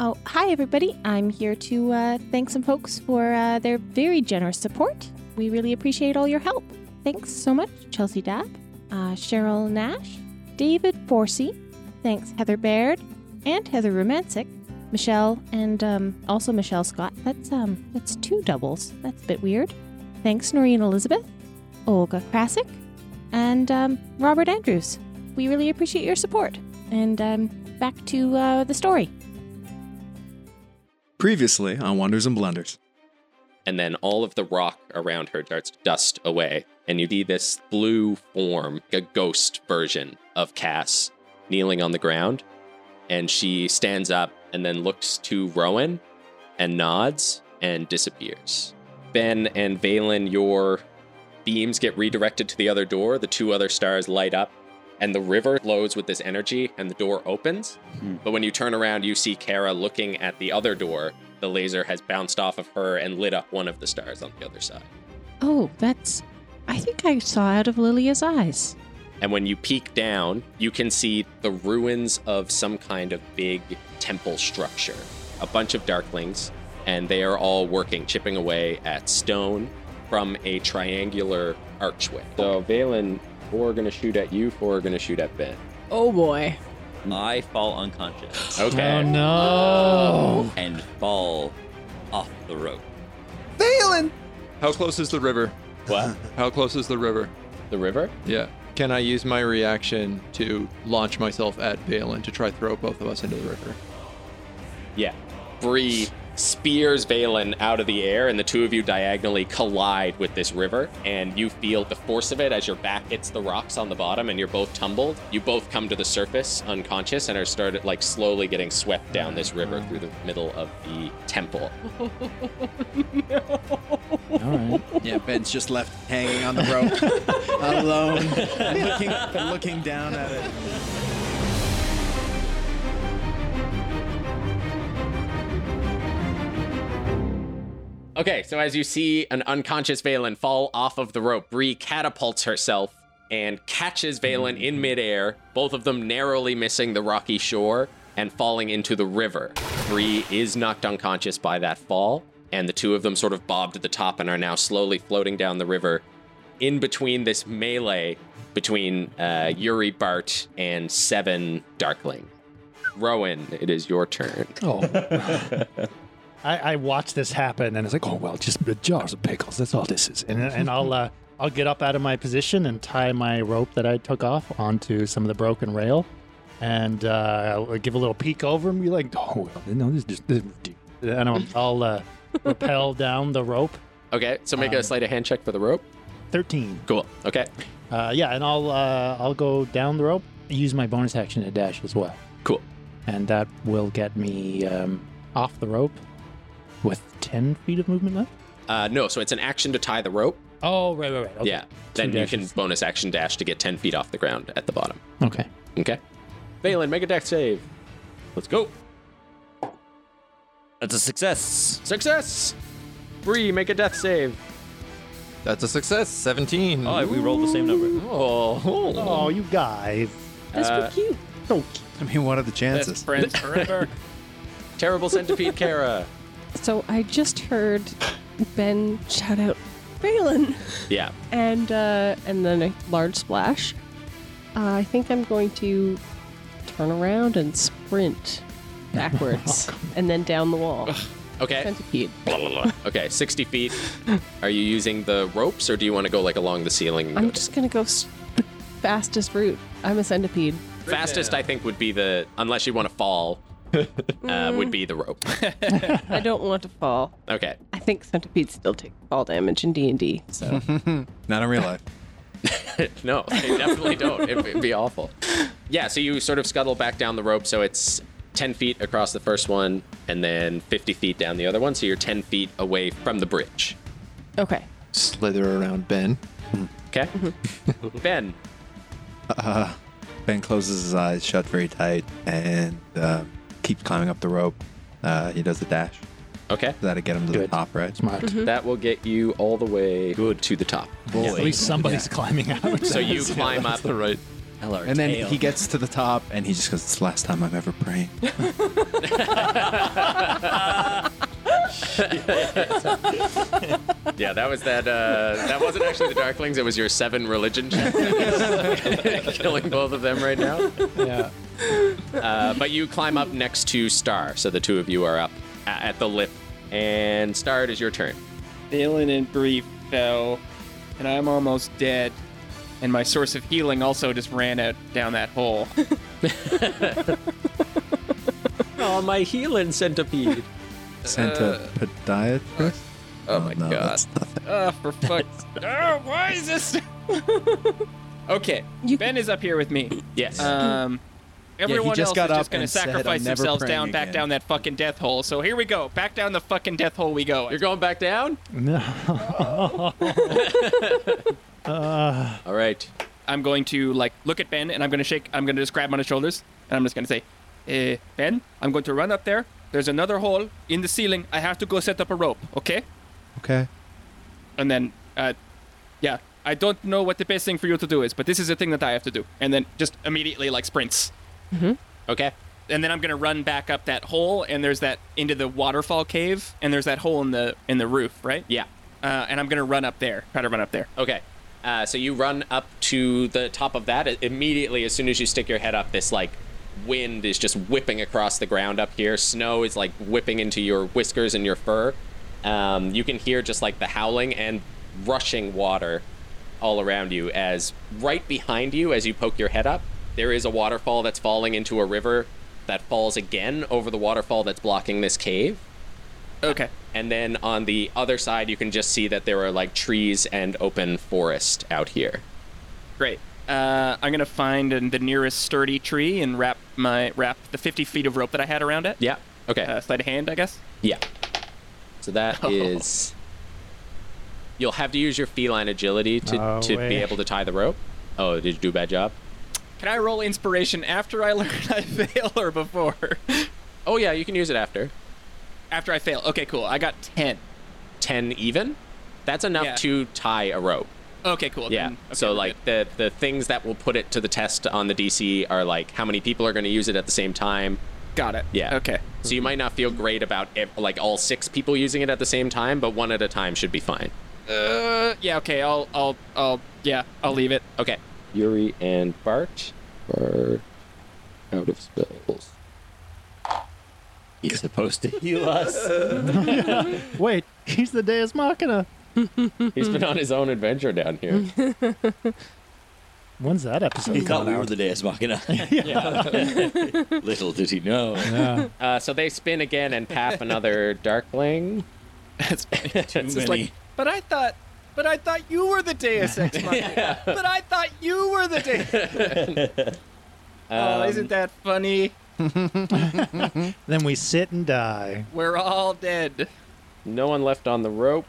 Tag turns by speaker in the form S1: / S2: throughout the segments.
S1: Oh, hi, everybody. I'm here to uh, thank some folks for uh, their very generous support. We really appreciate all your help. Thanks so much, Chelsea Dabb, uh, Cheryl Nash, David Forsey. Thanks, Heather Baird and Heather Romancic, Michelle, and um, also Michelle Scott. That's, um, that's two doubles. That's a bit weird. Thanks, Noreen Elizabeth, Olga Krasik, and um, Robert Andrews. We really appreciate your support. And um, back to uh, the story.
S2: Previously on Wonders and Blunders.
S3: and then all of the rock around her starts to dust away, and you see this blue form, a ghost version of Cass, kneeling on the ground, and she stands up and then looks to Rowan and nods and disappears. Ben and Valen, your beams get redirected to the other door, the two other stars light up, and the river flows with this energy, and the door opens. But when you turn around, you see Kara looking at the other door. The laser has bounced off of her and lit up one of the stars on the other side.
S1: Oh, that's. I think I saw out of Lilia's eyes.
S3: And when you peek down, you can see the ruins of some kind of big temple structure. A bunch of darklings, and they are all working, chipping away at stone from a triangular archway. So, Valen, four are going to shoot at you, four are going to shoot at Ben.
S4: Oh boy.
S5: I fall unconscious
S3: Okay.
S6: no.
S5: and fall off the rope.
S2: Valen!
S6: How close is the river?
S3: What?
S6: How close is the river?
S3: The river?
S6: Yeah. Can I use my reaction to launch myself at Valen to try throw both of us into the river?
S3: Yeah. Bree spears Valen out of the air, and the two of you diagonally collide with this river, and you feel the force of it as your back hits the rocks on the bottom, and you're both tumbled. You both come to the surface unconscious and are started like slowly getting swept down this river through the middle of the temple.
S6: All right.
S7: Yeah, Ben's just left hanging on the rope, alone, looking, looking down at it.
S3: Okay, so as you see an unconscious Valen fall off of the rope, Bree catapults herself and catches Valen in midair, both of them narrowly missing the rocky shore and falling into the river. Bree is knocked unconscious by that fall, and the two of them sort of bob to the top and are now slowly floating down the river in between this melee between uh, Yuri Bart and Seven Darkling. Rowan, it is your turn.
S8: I, I watch this happen, and it's like, oh well, just the jars of pickles. That's all this is. And and I'll uh, I'll get up out of my position and tie my rope that I took off onto some of the broken rail, and uh, I'll give a little peek over and be like, oh well, no, this is just this is ridiculous." and I'll, I'll uh, rappel down the rope.
S3: Okay, so make a sleight of hand check for the rope.
S8: Thirteen.
S3: Cool. Okay.
S8: Uh, yeah, and I'll uh, I'll go down the rope. Use my bonus action to dash as well,
S3: Cool.
S8: and that will get me um, off the rope with ten feet of movement left.
S3: Uh, no, so it's an action to tie the rope.
S8: Oh right, right, right. Okay.
S3: Yeah. Then you can
S8: dashes.
S3: bonus action dash to get 10 feet off the ground at the bottom.
S8: Okay.
S3: Okay. Valen, make a deck save. Let's go.
S5: That's a success.
S3: Success. Bree, make a death save.
S2: That's a success. 17.
S5: Oh, we rolled the same number.
S3: Oh,
S8: Oh, you guys.
S4: That's
S3: Uh,
S4: pretty cute.
S7: I mean, what are the chances?
S5: friends forever.
S3: terrible centipede, Kara.
S4: So I just heard Ben shout out Balin
S3: Yeah.
S4: and uh, and then a large splash. Uh, I think I'm going to turn around and sprint backwards and then down the wall.
S3: Okay.
S4: Centipede.
S3: Okay. 60 feet. Are you using the ropes, or do you want to go like along the ceiling? and go
S4: I'm
S3: down?
S4: just gonna go s- the fastest route. I'm a centipede.
S3: Fastest, I think, would be the unless you want to fall. uh, would be the rope.
S4: I don't want to fall.
S3: Okay.
S4: I think centipedes still take fall damage in D and D. So
S7: Not in real life.
S3: No, they definitely don't. It, would be awful. Yeah, so you sort of scuttle back down the rope. So it's 10 feet across the first one and then 50 feet down the other one. So you're 10 feet away from the bridge.
S4: okay,
S6: Slither around Ben.
S3: Okay? ben,
S7: Ben closes his eyes shut very tight and uh, keeps climbing up the rope. Uh, he does a dash.
S3: okay.
S7: That'll get him to the
S8: Good.
S7: top, right?
S8: Smart.
S3: That will get you all the way Good. to the top.
S8: At least somebody's climbing out.
S3: So you climb up
S6: That's the right.
S5: Tell our
S7: And then
S5: tale.
S7: he gets to the top and he just goes, It's the last time I've ever prayed.
S3: Yeah, that was that. Uh, that wasn't actually the Darklings. It was your seven religion check. Killing both of them right now.
S8: Yeah.
S3: Uh, but you climb up next to Star, so the two of you are up a- at the lift. And Star, it is your turn.
S9: Balin and Bree fell, and I'm almost dead. And my source of healing also just ran out down that hole.
S3: Oh, my healing centipede.
S7: Santa podiatrist?
S9: Oh my
S7: no,
S9: god.
S7: that's nothing.
S9: Oh, for fuck's Oh, why is this? okay,
S1: You-
S9: Ben is up here with me.
S3: Yes.
S9: Um, everyone
S7: just
S9: else
S7: got
S9: is
S7: up
S9: just going to
S7: and said, "I'm
S9: sacrifice
S7: never
S9: themselves
S7: praying
S9: down, back
S7: again."
S9: down that fucking death hole. So here we go. Back down the fucking death hole we go.
S3: You're going back down?
S8: No.
S3: All right.
S9: I'm going to like look at Ben and I'm going to shake. I'm going to just grab him on his shoulders and I'm just going to say, eh, Ben, I'm going to run up there. There's another hole in the ceiling. I have to go set up a rope. Okay.
S7: Okay.
S9: And then, uh, yeah, I don't know what the best thing for you to do is, but this is the thing that I have to do. And then just immediately like sprints.
S3: Okay.
S9: And then I'm going to run back up that hole and there's that into the waterfall cave and there's that hole in the in the roof, right?
S3: Yeah.
S9: Uh, and I'm going to run up there. Try to run up there.
S3: Okay. Uh, so you run up to the top of that. I- Immediately, as soon as you stick your head up, this like wind is just whipping across the ground up here. Snow is like whipping into your whiskers and your fur. Um, you can hear just like the howling and rushing water all around you as right behind you, as you poke your head up, there is a waterfall that's falling into a river that falls again over the waterfall that's blocking this cave
S9: Okay.
S3: and then on the other side you can just see that there are like trees and open forest out here
S9: Great. Uh, I'm gonna find uh, the nearest sturdy tree and wrap my wrap the 50 feet of rope that I had around it.
S3: yeah okay
S9: Uh, Oh. sleight of hand, I guess.
S3: yeah so that is- you'll have to use your feline agility to,
S8: No
S3: to be
S8: way.
S3: able to tie the rope oh did you do a bad job
S9: Can I roll inspiration after I learn I fail or before?
S3: oh yeah you can use it after
S9: after I fail. Okay, cool. I got 10.
S3: 10 even that's enough
S9: Yeah.
S3: to tie a rope
S9: Okay, cool.
S3: yeah
S9: Then- okay,
S3: so
S9: we're
S3: like the the things that will put it to the test on the dc are like how many people are going to use it at the same time
S9: good. got it.
S3: Yeah.
S9: Okay.
S3: So you might not feel great about ev- like all six people using it at the same time, but one at a time should be fine.
S9: Uh, yeah. Okay. I'll I'll I'll yeah. I'll leave it.
S3: Okay. Yuri and Bart are out of spells.
S5: He's supposed to heal us.
S8: Wait, he's the Deus Machina.
S3: He's been on his own adventure down here.
S8: When's that episode?
S5: he thought we
S8: coming
S5: were
S8: out?
S5: the Deus Machina. Little did he know.
S8: Yeah.
S3: Uh, so they spin again and pap another Darkling.
S9: That's
S5: Too
S9: it's just
S5: many.
S9: like. But I thought. But I thought you were the Deus Ex Machina. But I thought you were the Deus. oh, isn't that funny?
S8: Then we sit and die.
S9: We're all dead.
S3: No one left on the rope.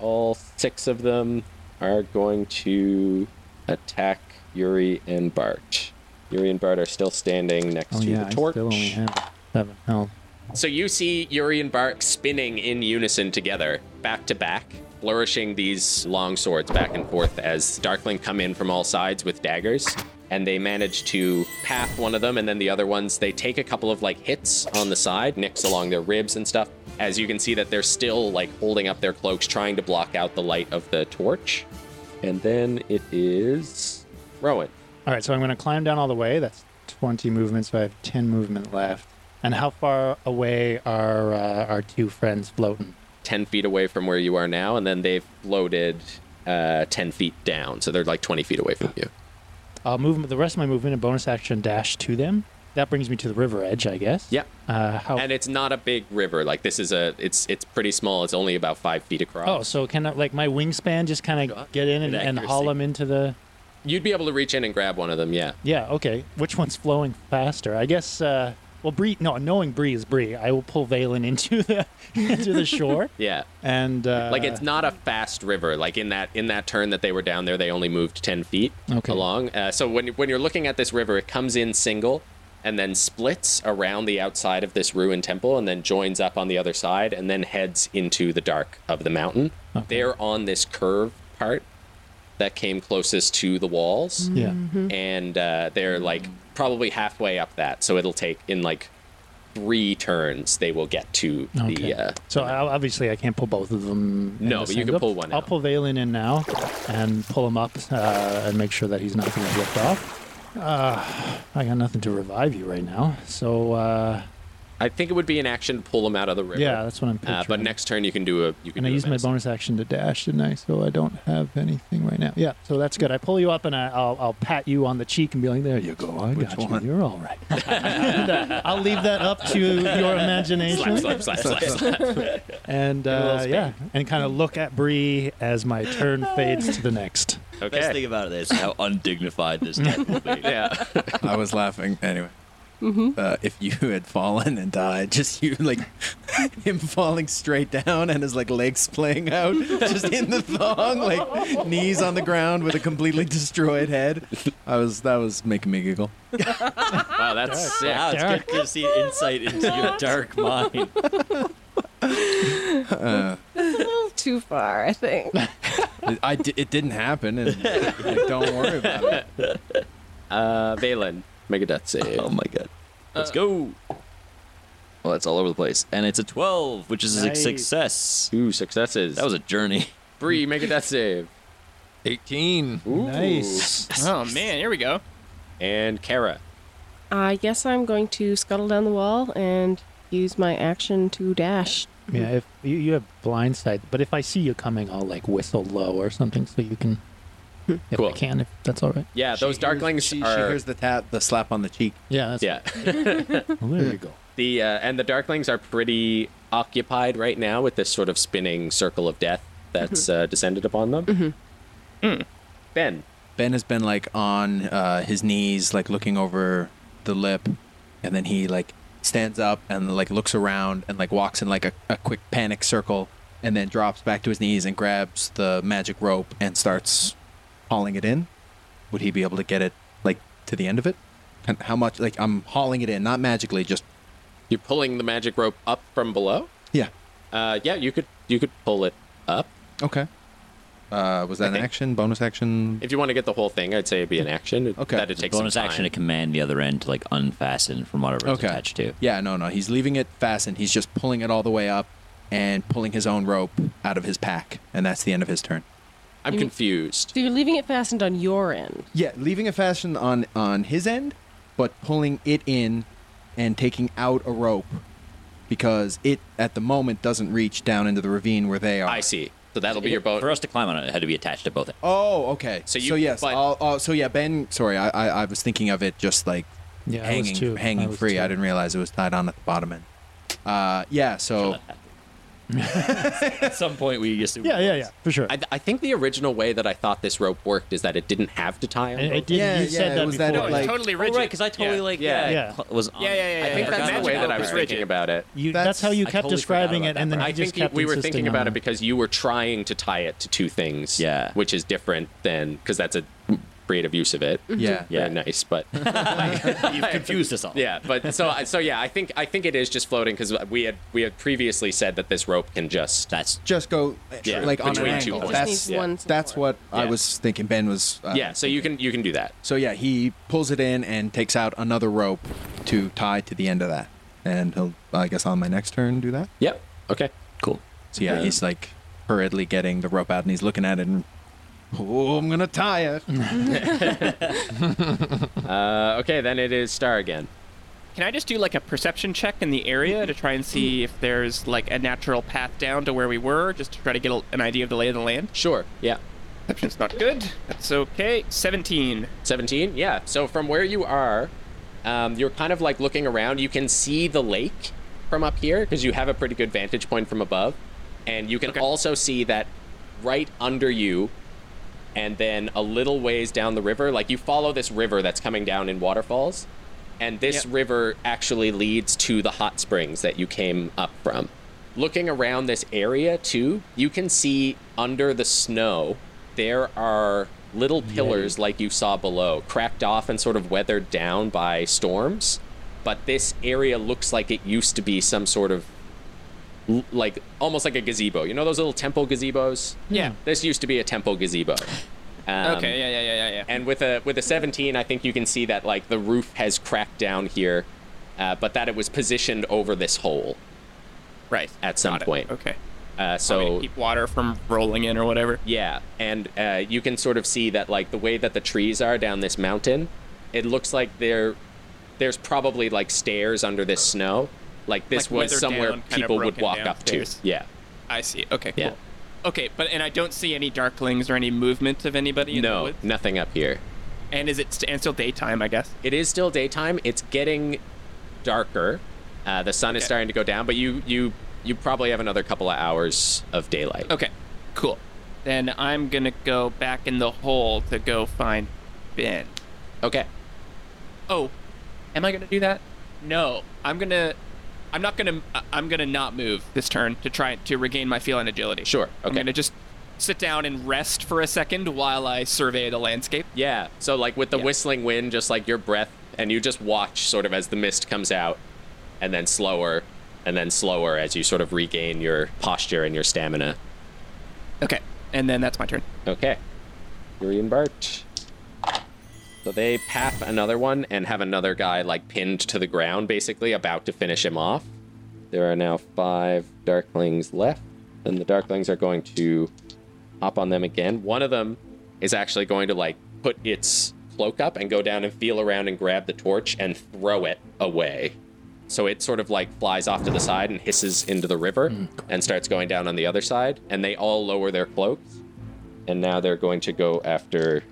S3: All six of them are going to attack Yuri and Bart. Yuri and Bart are still standing next
S8: Oh
S3: to
S8: yeah,
S3: the torch.
S8: I still only have seven health.
S3: So you see Yuri and Bark spinning in unison together, back to back, flourishing these long swords back and forth as Darkling come in from all sides with daggers. And they manage to path one of them, and then the other ones, they take a couple of like hits on the side, nicks along their ribs and stuff. As you can see, that they're still like holding up their cloaks, trying to block out the light of the torch. And then it is Rowan.
S8: All right, so I'm going to climb down all the way. That's 20 movements, so I have 10 movement left. And how far away are uh, our two friends floating?
S3: 10 feet away from where you are now, and then they've floated uh, 10 feet down. So they're like 20 feet away from you.
S8: I'll move the rest of my movement and bonus action dash to them. That brings me to the river edge, I guess.
S3: Yep.
S8: Uh, how?
S3: And it's not a big river. Like this is a, it's it's pretty small. It's only about five feet across.
S8: oh, so can I, like my wingspan just kind of get in and,
S5: Good
S8: and haul
S5: accuracy.
S8: them into the?
S3: You'd be able to reach in and grab one of them. Yeah.
S8: Yeah. Okay. Which one's flowing faster? I guess. Uh, well, Bree. No, knowing Bree is Bree, I will pull Valen into the into the shore.
S3: Yeah.
S8: And uh,
S3: Like it's not a fast river. Like in that in that turn that they were down there, they only moved ten feet
S8: Okay.
S3: along. Uh, so when when you're looking at this river, it comes in single, and then splits around the outside of this ruined temple, and then joins up on the other side, and then heads into the dark of the mountain. They're on this curve part that came closest to the walls,
S8: Yeah.
S3: and uh, they're like probably halfway up that. So it'll take in like three turns they will get to
S8: Okay.
S3: the. Uh,
S8: so I- obviously I can't pull both of them. in
S3: No,
S8: the
S3: but you
S8: same-
S3: can pull one
S8: I'll
S3: out.
S8: pull Valen in now and pull him up uh, and make sure that he's not going to lift off. Uh, I got nothing to revive you right now, so uh,
S3: I think it would be an action to pull them out of the river.
S8: yeah, that's what I'm picturing.
S3: Uh, but next turn you can do a. You can.
S8: And I
S3: do a
S8: used my
S3: medicine.
S8: bonus action to dash, didn't I? So I don't have anything right now. Yeah, so that's good. I pull you up and I, I'll, I'll pat you on the cheek and be like, "There you go, I got
S7: one?
S8: you. You're all right." And, uh, I'll leave that up to your imagination.
S3: Slap, slap, slap, slap, slap.
S8: And uh, yeah, and kind
S7: Mm.
S8: of look at Bree as my turn fades to the next.
S3: Okay.
S5: Best thing about this is how undignified this death will be.
S3: yeah.
S7: I was laughing anyway. Uh, if you had fallen and died, just you like him falling straight down and his like legs splaying out, just in the thong, like knees on the ground with a completely destroyed head. I was that was making me giggle.
S3: Wow, that's sick.
S5: Wow, it's
S8: Dark.
S5: good to see insight into your dark mind.
S4: A little too far, I think.
S7: It, I di- it didn't happen, and like, don't worry about it.
S3: Uh, Valen, Uh, make a death save.
S5: Oh my god. Let's go. Well, that's all over the place. And it's a 12, which is
S8: Nice.
S5: a success.
S3: Two successes.
S5: That was a journey.
S3: Bree, make a death save.
S2: 18.
S3: Ooh.
S8: Nice.
S9: Oh man, here we go.
S3: And Kara.
S4: I guess I'm going to scuttle down the wall and use my action to dash.
S8: Yeah, if you, you have blind sight, but if I see you coming, I'll like whistle low or something so you can.
S7: Hmm.
S8: If
S3: Cool.
S8: I can, if that's all right.
S3: Yeah, those darklings
S7: she,
S3: are.
S7: she hears the tap, the slap on the cheek.
S8: Yeah, that's
S3: yeah.
S8: Well, there you go.
S3: The uh, and the Darklings are pretty occupied right now with this sort of spinning circle of death that's uh, descended upon them. Mm-hmm. Ben,
S7: Ben has been like on uh, his knees, like looking over the lip, and then he like stands up and like looks around and like walks in like a, a quick panic circle, and then drops back to his knees and grabs the magic rope and starts hauling it in. Would he be able to get it like to the end of it? And how much? Like I'm hauling it in, not magically, just
S3: you're pulling the magic rope up from below.
S7: yeah.
S3: Uh, yeah, you could you could pull it up
S7: Okay. Uh, was that an
S3: Okay.
S7: action? Bonus action?
S3: if you want to get the whole thing. I'd say it'd be an action.
S7: Okay.
S3: that it takes
S5: Bonus action to command the other end to like unfasten from whatever it's
S7: Okay.
S5: attached to.
S7: Yeah, no, no. He's leaving it fastened. He's just pulling it all the way up and pulling his own rope out of his pack, and that's the end of his turn.
S3: I'm confused.
S4: So you're leaving it fastened on your end.
S7: Yeah, leaving it fastened on on his end, but pulling it in and taking out a rope because it at the moment doesn't reach down into the ravine where they are.
S3: I see. So that'll be your bonus.
S5: For us to climb on it, it had to be attached to both ends.
S7: Oh, okay.
S3: So you-
S7: so yes,
S3: but-
S7: I'll, I'll- so yeah, Ben. Sorry, I, I I was thinking of it just like
S8: Yeah, I was
S7: hanging
S8: too. I
S7: hanging
S8: was
S7: free. I
S8: too.
S7: didn't realize it was tied on at the bottom end. Uh, yeah. So
S5: At some point, we assume.
S8: Yeah, yeah, yeah, for sure.
S3: I, I think the original way that I thought this rope worked is that it didn't have to tie on.
S8: And
S3: both
S8: it did.
S7: Yeah,
S8: you said
S7: yeah, it
S8: that
S7: was that
S8: before.
S7: it,
S9: No, it's
S7: like-
S9: totally
S5: Oh,
S9: rigid.
S5: right, because I totally
S9: Yeah.
S5: like
S3: Yeah.
S5: yeah,
S8: Yeah.
S5: cl- was on.
S9: Yeah, yeah, yeah,
S5: I
S9: yeah,
S5: think that's
S9: yeah.
S3: the
S9: Magic
S3: way that
S9: rope
S3: I
S9: is
S3: was
S9: rigid.
S3: thinking about it.
S8: you,
S7: That's-
S8: that's, how you
S5: I
S8: kept
S5: totally
S8: describing
S5: forgot
S8: it,
S5: about
S8: and
S5: that
S8: then
S5: part.
S8: you
S3: I
S8: just
S3: think
S8: kept
S3: we were
S8: insisting
S3: thinking
S8: on
S3: about it
S8: that.
S3: because you were trying to tie it to two things.
S5: Yeah.
S3: Which is different than, because that's a creative use of it.
S7: Mm-hmm. yeah.
S5: Yeah.
S3: Very nice, but
S5: You've confused us all.
S3: yeah, but so I- so yeah, I think I think it is just floating because we had we had previously said that this rope can just
S5: That's
S7: just go
S3: Yeah,
S7: like on an
S3: between two
S7: angle.
S3: points.
S7: That's
S4: Just needs
S3: yeah.
S4: one
S7: that's
S4: support.
S7: what I
S3: Yeah.
S7: was thinking. Ben was uh,
S3: yeah. So you can you can do that.
S7: So yeah, he pulls it in and takes out another rope to tie to the end of that, and he'll I guess on my next turn do that.
S3: Yep. Okay.
S5: cool.
S7: So yeah, he's like hurriedly getting the rope out and he's looking at it and oh, I'm gonna tie it.
S3: Uh, okay, then it is Star again.
S9: Can I just do like a perception check in the area to try and see if there's like a natural path down to where we were, just to try to get a, an idea of the lay of the land?
S3: Sure. Yeah.
S9: Perception's not good. That's okay. 17.
S3: 17 yeah so from where you are um, you're kind of like looking around you can see the lake from up here because you have a pretty good vantage point from above and you can also see that right under you and then a little ways down the river like you follow this river that's coming down in waterfalls and this
S9: Yep.
S3: river actually leads to the hot springs that you came up from looking around this area too you can see under the snow there are little pillars like you saw below cracked off and sort of weathered down by storms but this area looks like it used to be some sort of l- like almost like a gazebo you know those little temple gazebos
S9: Yeah.
S3: this used to be a temple gazebo. Um,
S9: okay, yeah, yeah, yeah, yeah, yeah.
S3: And with a with a 17, I think you can see that like the roof has cracked down here, uh, but that it was positioned over this hole
S9: Right.
S3: at some
S9: Got it.
S3: point.
S9: Okay.
S3: Uh,
S9: So
S3: so
S9: keep water from rolling in or whatever.
S3: yeah, and uh, you can sort of see that like the way that the trees are down this mountain, it looks like there there's probably like stairs under this snow. Like this
S9: Like
S3: was
S9: weathered
S3: somewhere
S9: down, kinda
S3: people would
S9: broken
S3: walk
S9: down
S3: up
S9: stairs.
S3: to. Yeah.
S9: I see. Okay. Cool.
S3: Yeah.
S9: Okay, but and I don't see any darklings or any movement of anybody in the
S3: No,
S9: woods.
S3: nothing up here.
S9: And is it st- and still daytime? I guess.
S3: it is still daytime. It's getting darker. Uh, the sun is
S9: Okay.
S3: starting to go down, but you you you probably have another couple of hours of daylight.
S9: Okay. Cool. Then I'm gonna go back in the hole to go find Ben.
S3: Okay.
S9: Oh, am I gonna do that? No, I'm gonna. I'm not gonna. I- I'm gonna not move this turn to try to regain my feel and agility.
S3: Sure,
S9: I'm
S3: okay.
S9: gonna just sit down and rest for a second while I survey the landscape.
S3: Yeah. So like with the
S9: Yeah.
S3: whistling wind, just like your breath, and you just watch sort of as the mist comes out, and then slower, and then slower as you sort of regain your posture and your stamina.
S9: Okay. And then that's my turn.
S3: Okay. Yuri and Bart. So they pap another one and have another guy like pinned to the ground, basically, about to finish him off. There are now five darklings left, and the darklings are going to hop on them again. One of them is actually going to like put its cloak up and go down and feel around and grab the torch and throw it away. So it sort of like flies off to the side and hisses into the river
S8: Hmm.
S3: and starts going down on the other side. And they all lower their cloaks and now they're going to go after.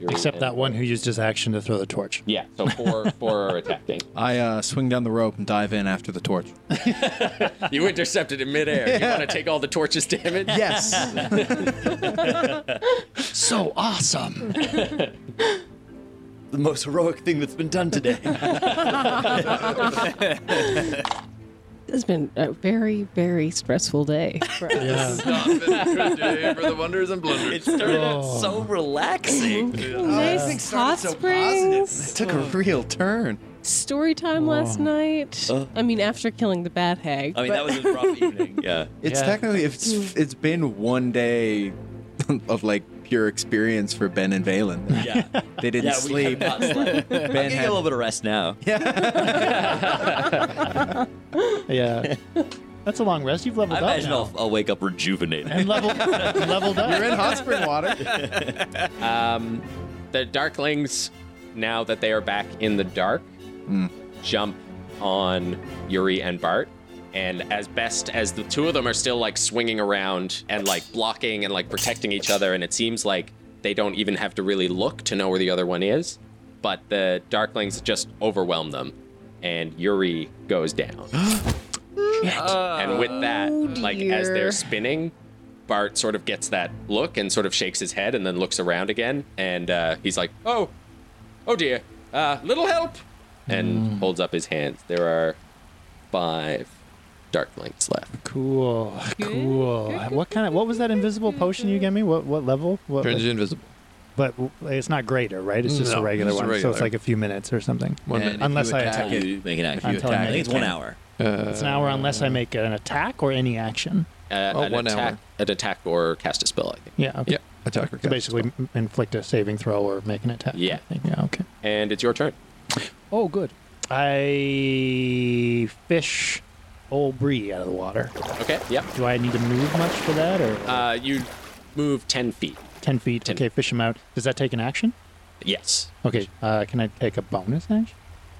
S3: Yuri
S8: Except
S3: and-
S8: that one who used his action to throw the torch.
S3: Yeah, so four four are attacking.
S7: I uh, swing down the rope and dive in after the torch.
S3: You intercepted in midair. You want to take all the torches damage?
S7: Yes.
S8: So awesome!
S5: The most heroic thing that's been done today.
S4: This has been a very, very stressful day. For us.
S8: Yeah.
S6: Not been a good day for the wonders and blunders.
S5: it started out so relaxing. Everything
S4: nice Uh, hot
S5: started so positive.
S4: springs.
S7: Took a real turn.
S4: Story time last night. I mean, after killing the bad hag.
S5: Uh. I mean, that was a rough evening. Yeah.
S7: It's
S8: Yeah.
S7: technically it's it's been one day of like pure experience for Ben and Valen.
S5: Yeah.
S7: They didn't
S5: yeah, we have
S7: sleep.
S5: not slept. I'm
S7: Ben
S5: getting a little
S7: had,
S5: bit of rest now.
S8: Yeah. That's a long rest. You've leveled
S5: I
S8: up.
S5: imagine
S8: now.
S5: I'll, I'll wake up rejuvenated.
S8: And leveled, leveled up.
S7: you're in hot spring water.
S3: The Darklings, now that they are back in the dark, jump on Yuri and Bart. And as best as the two of them are still like swinging around and like blocking and like protecting each other, and it seems like they don't even have to really look to know where the other one is. But the Darklings just overwhelm them, and Yuri goes down. and with that, like as
S4: dear.
S3: they're spinning, Bart sort of gets that look and sort of shakes his head and then looks around again. And uh, he's like, oh, oh dear, uh, little help. And
S6: Hmm.
S3: holds up his hands. There are five darklings left.
S8: Cool. Cool. What kind of? What was that invisible potion you gave me? What? What level? What?
S6: Turns invisible.
S8: But it's not greater, right? It's just a
S6: No,
S8: regular
S6: just a
S8: one. So it's
S6: regular.
S8: like a few minutes or something.
S6: One
S7: And
S6: minute.
S7: if
S8: Unless
S7: you
S8: I
S7: attack
S8: attack
S7: it,
S5: You make an
S7: if you
S5: action.
S8: I'm telling
S5: I
S8: you,
S5: think it's one
S8: you
S5: hour.
S8: It's an hour unless I make an attack or any action.
S3: Uh,
S6: Oh,
S3: an
S6: one
S3: attack,
S6: hour.
S3: An attack or cast a spell, I think.
S8: Yeah. Okay.
S6: Yeah, attacker.
S8: So basically, m- inflict a saving throw or make an attack.
S3: Yeah.
S8: I think. Yeah. Okay.
S3: And it's your turn.
S8: Oh, good. I fish old Bree out of the water.
S3: Okay, yep.
S8: Do I need to move much for that, or
S3: Uh, you move 10 feet.
S8: ten feet?
S3: 10.
S8: Okay, fish him out. Does that take an action?
S3: Yes.
S8: Okay. Uh, can I take a bonus action?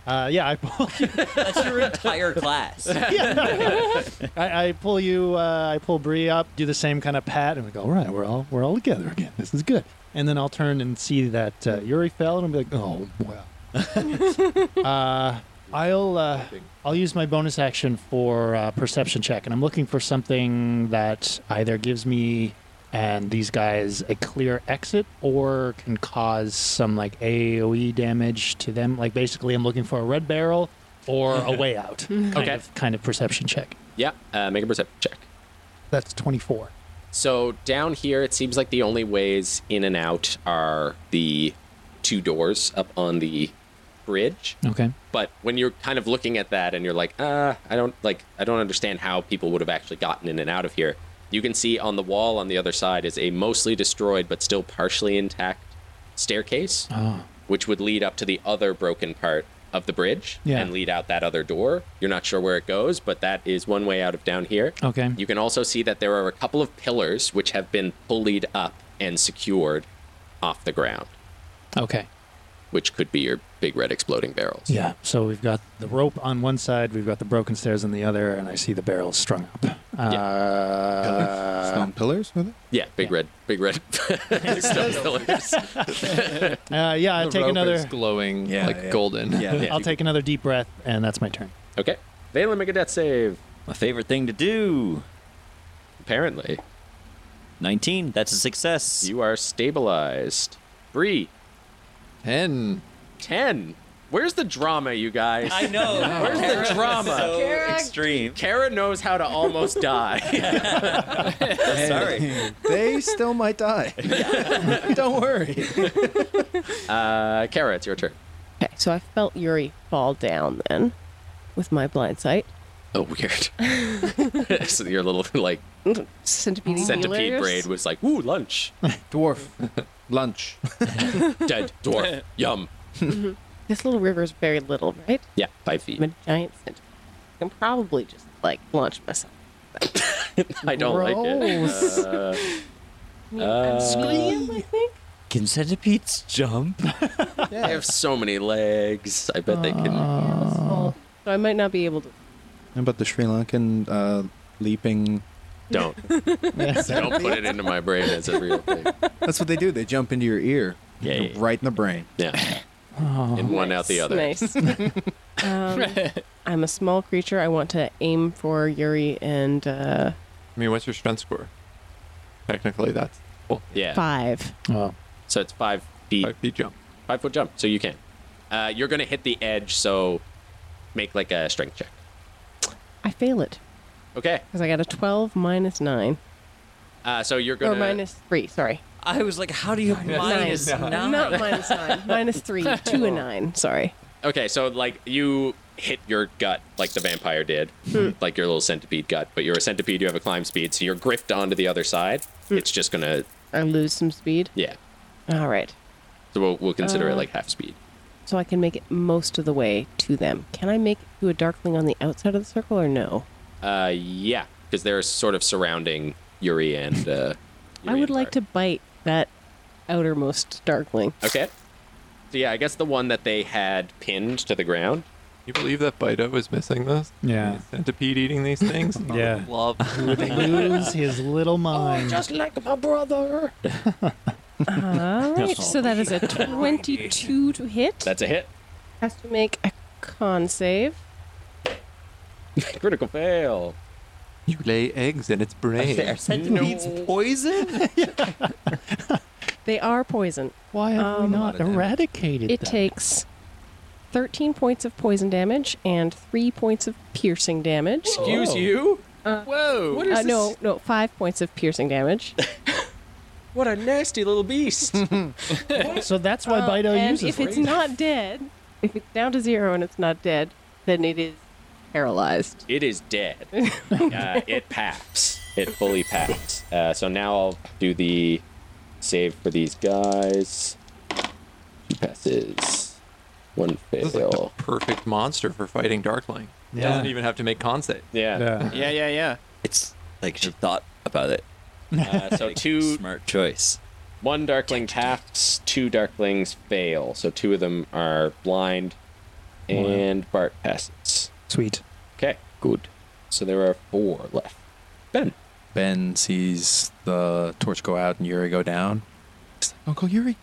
S8: Uh, yeah, I pull.
S5: That's your entire class.
S8: I, I pull you. Uh, I pull Bree up. Do the same kind of pat, and we go. All right, we're all we're all together again. This is good. And then I'll turn and see that uh, Yuri fell, and I'll be like, oh well. uh, I'll uh, I'll use my bonus action for uh, perception check, and I'm looking for something that either gives me and these guys a clear exit or can cause some like AOE damage to them. Like basically, I'm looking for a red barrel or a way out. kind
S3: Okay.
S8: of, kind of perception check.
S3: Yeah, uh, make a perception check.
S8: That's 24.
S3: So down here, it seems like the only ways in and out are the two doors up on the bridge.
S8: Okay.
S3: But when you're kind of looking at that and you're like, uh, I don't like, I don't understand how people would have actually gotten in and out of here. You can see on the wall on the other side is a mostly destroyed but still partially intact staircase,
S8: Ah.
S3: which would lead up to the other broken part of the bridge
S8: Yeah.
S3: and lead out that other door. You're not sure where it goes, but that is one way out of down here.
S8: Okay.
S3: You can also see that there are a couple of pillars which have been pullied up and secured off the ground,
S8: Okay.
S3: which could be your big red exploding barrels.
S8: Yeah. So we've got the rope on one side, we've got the broken stairs on the other, and I see the barrels strung up. Uh,
S7: Stone pillars with it?
S3: Yeah, big red, big red stone pillars.
S8: uh, yeah, I'll
S6: The
S8: take
S6: rope
S8: another.
S6: is glowing
S7: Yeah,
S6: like
S7: yeah.
S6: golden.
S7: Yeah.
S8: I'll take another deep breath, and that's my turn.
S3: Okay. Valen, make a death save.
S5: My favorite thing to do.
S3: Apparently,
S5: 19. That's a success.
S3: you are stabilized. Bree,
S6: Ten.
S3: 10. Where's the drama, you guys?
S5: I know.
S3: Where's the
S5: Kara is
S3: drama?
S5: So
S3: Kara-
S5: extreme.
S3: Kara knows how to almost die.
S5: Sorry.
S7: they still might die. Don't worry.
S3: Uh, Kara, it's your turn.
S4: Okay, so I felt Yuri fall down then with my blind sight.
S3: Oh, weird. so your little like
S4: Centipede,
S3: centipede
S4: healers.
S3: braid was like, ooh, lunch.
S7: Dwarf. Lunch.
S3: Dead dwarf. Yum.
S4: This little river is very little, right?
S3: Yeah, five
S4: I'm
S3: feet.
S4: a giant centipede. I can probably just like launch myself.
S3: I don't like it. Uh,
S4: I'm scream, I think.
S5: Can centipedes jump?
S3: they have so many legs. I bet they can.
S4: So I might not be able to.
S7: How about the Sri Lankan uh, leaping?
S3: Don't. Don't put it into my brain as a real thing.
S7: That's what they do. They jump into your ear.
S5: Yeah, yeah, yeah.
S7: Right in the brain.
S3: Yeah. And one out the other.
S4: Nice. um, I'm a small creature. I want to aim for Yuri and uh,
S6: I mean, what's your strength score? Technically, that's
S3: Yeah.
S4: five.
S8: Oh,
S3: So it's five feet.
S6: five feet jump.
S3: Five foot jump. So you can. Uh, you're going to hit the edge, so make like a strength check.
S4: I fail it
S3: Okay.
S4: because I got a 12 minus nine
S3: Uh, so you're going
S4: or minus three. Sorry,
S5: I was like, how do you minus
S4: nine.
S5: nine?
S4: Not minus nine. minus three. Two and nine. Sorry.
S3: Okay, so like you hit your gut like the vampire did,
S4: Hmm.
S3: like your little centipede gut. But you're a centipede, you have a climb speed, so you're gripped onto the other side.
S4: Hmm.
S3: It's just gonna,
S4: I lose some speed.
S3: yeah.
S4: All right.
S3: So we'll, we'll consider
S4: Uh.
S3: it like half speed.
S4: So I can make it most of the way to them. Can I make it to a darkling on the outside of the circle or no?
S3: Uh, yeah, because they're sort of surrounding Yuri and. Uh,
S4: I would like to bite that outermost darkling.
S3: Okay. So yeah, I guess the one that they had pinned to the ground.
S6: You believe that Bido is missing this?
S8: Yeah.
S6: Is Centipede eating these things?
S8: Yeah.
S6: I Love.
S8: lose his
S4: Oh,
S8: little mind.
S3: like my brother.
S4: All right. So that is a 22 to hit.
S3: That's a hit.
S4: has to make a con save.
S3: Critical fail.
S6: You lay eggs in its brain.
S5: centipedes poison?
S4: They are poison.
S8: Why have
S4: Um,
S8: we not eradicated
S4: It
S8: that?
S4: takes 13 points of poison damage and 3 points of piercing damage.
S9: Excuse you? Whoa.
S4: Uh, no, no, 5 points of piercing damage.
S3: What a nasty little beast.
S8: So that's why
S4: Um,
S8: Bido
S4: and
S8: uses
S4: if it's
S8: it.
S4: not dead, if it's down to 0 and it's not dead, then it is paralyzed.
S3: It is dead. uh, it paps. It fully paps. Uh, so now I'll do the save for these guys. Two passes. One
S6: This is like the
S3: fail.
S6: perfect monster for fighting Darkling. It
S8: Yeah.
S6: Doesn't even have to make con save.
S3: Yeah.
S8: Yeah.
S9: Yeah, yeah, yeah.
S5: It's like she thought about it.
S3: Uh, so two,
S5: Smart choice.
S3: one darkling paps, two darklings fail. So two of them are blind, and Bart passes.
S8: Sweet.
S3: Okay, good. So there are four left. Ben.
S7: Ben sees the torch go out and Yuri go down. He's like, Uncle Yuri.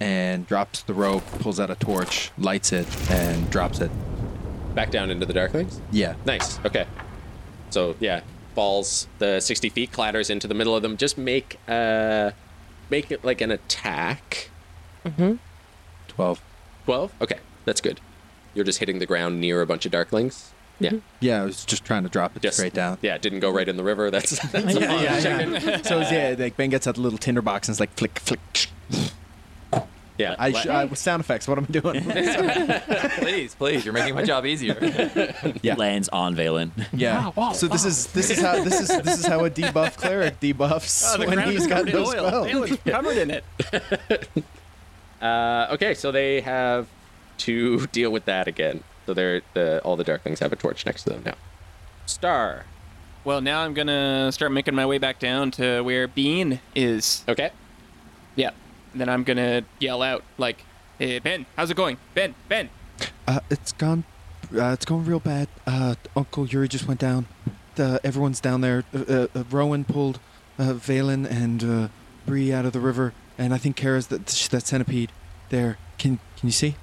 S7: And drops the rope, pulls out a torch, lights it, and drops it.
S3: Back down into the darklings.
S7: Yeah.
S3: Nice. Okay. So yeah, falls the sixty feet, clatters into the middle of them. Just make uh, make it like an attack.
S7: 12.
S3: Twelve. Okay, that's good. You're just hitting the ground near a bunch of darklings. Yeah.
S7: Yeah, I was just trying to drop it
S3: Just
S7: straight down.
S3: Yeah, it didn't go right in the river. That's, that's a
S7: yeah,
S3: lot.
S7: yeah, yeah. So it's- yeah, like Ben gets out the little tinderbox and it's like flick, flick.
S3: Yeah.
S7: I sh- uh, sound effects. What am I doing?
S2: please, please, you're making my job easier.
S7: Yeah.
S5: Lands on Valen.
S7: yeah. so this is this is how this is this is how a debuff cleric debuffs
S9: Oh,
S7: when he's got no spell.
S9: It's covered in it.
S3: Uh, okay, so they have to deal with that again. So they're the all the darklings have a torch next to them now. Star.
S9: Well, now I'm gonna start making my way back down to where Bean is.
S3: Okay.
S9: Yeah. Then I'm gonna yell out like, "Hey, Ben, how's it going? Ben, Ben."
S10: Uh, it's gone. Uh, it's going real bad. Uh, Uncle Yuri just went down. The, everyone's down there. Uh, uh, Rowan pulled uh, Valen and uh, Bree out of the river, and I think Kara's that that centipede there. Can can you see?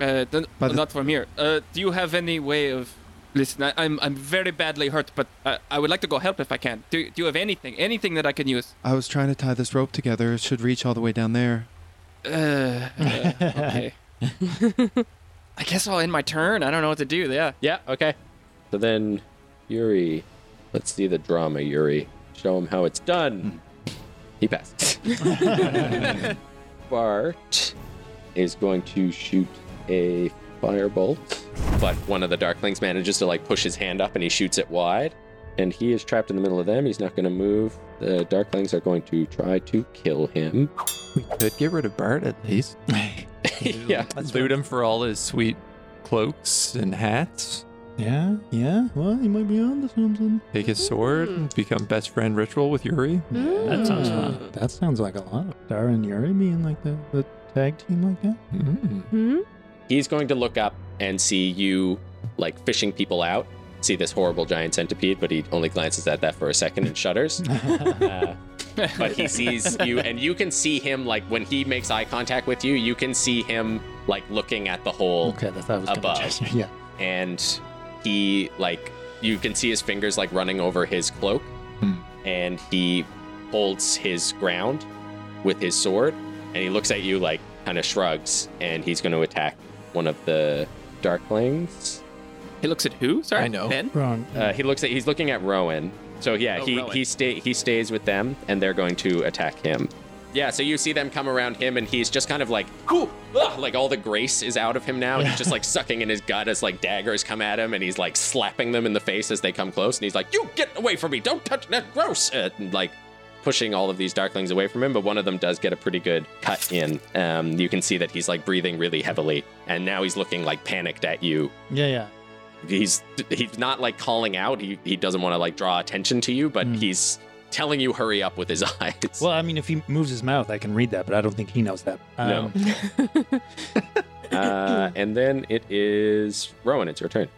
S9: Uh, th-
S10: By the-
S9: not from here. Uh, do you have any way of? Listen, I, I'm I'm very badly hurt, but I, I would like to go help if I can. Do, do you have anything, anything that I can use?
S6: Uh,
S10: I was trying to tie this rope together. It should reach all the way down there.
S9: Uh, uh, okay. I guess I'll end my turn. I don't know what to do. Yeah.
S3: Yeah. Okay. So then, Yuri. Let's see the drama, Yuri. Show him how it's done. He passed. Bart is going to shoot a firebolt, but one of the darklings manages to like push his hand up and he shoots it wide, and he is trapped in the middle of them. He's not going to move. The darklings are going to try to kill him.
S2: we could get rid of Bart at least.
S3: yeah.
S2: Loot him for all his sweet cloaks and hats.
S8: Yeah, yeah. Well, you might be on to something.
S2: Take his sword
S8: Hmm.
S2: and become best friend ritual with Yuri.
S8: That sounds fun. That sounds like a lot. Dara and Yuri being like the, the tag team like that.
S2: Mm.
S1: Hmm?
S3: He's going to look up and see you like fishing people out, see this horrible giant centipede, but he only glances at that for a second and shudders. Uh, but he sees you, and you can see him like when he makes eye contact with you, you can see him like looking at the hole,
S8: Okay, that's that was
S3: Above.
S8: Good. Yeah.
S3: and he like you can see his fingers like running over his cloak,
S7: Hmm.
S3: and he holds his ground with his sword, and he looks at you like kind of shrugs, and he's going to attack one of the darklings.
S9: He looks at who? Sorry.
S6: I know.
S9: Ben.
S8: Wrong.
S3: Uh, he looks at he's looking at Rowan. So yeah,
S9: Oh,
S3: he
S9: Rowan.
S3: he stay he stays with them, and they're going to attack him. Yeah, so you see them come around him, and he's just kind of like, "Ooh, ah," like all the grace is out of him now. He's just like sucking in his gut as like daggers come at him, and he's like slapping them in the face as they come close, and he's like, "You get away from me! Don't touch that gross!" uh, And like pushing all of these darklings away from him, but one of them does get a pretty good cut in. Um, you can see that he's like breathing really heavily, and now he's looking like panicked at you
S8: Yeah, yeah.
S3: he's he's not like calling out he, he doesn't want to like draw attention to you but
S8: Hmm.
S3: he's telling you hurry up with his eyes
S8: Well, I mean, if he moves his mouth, I can read that, but I don't think he knows that. Um,
S3: No. uh, and then it is rowan it's your turn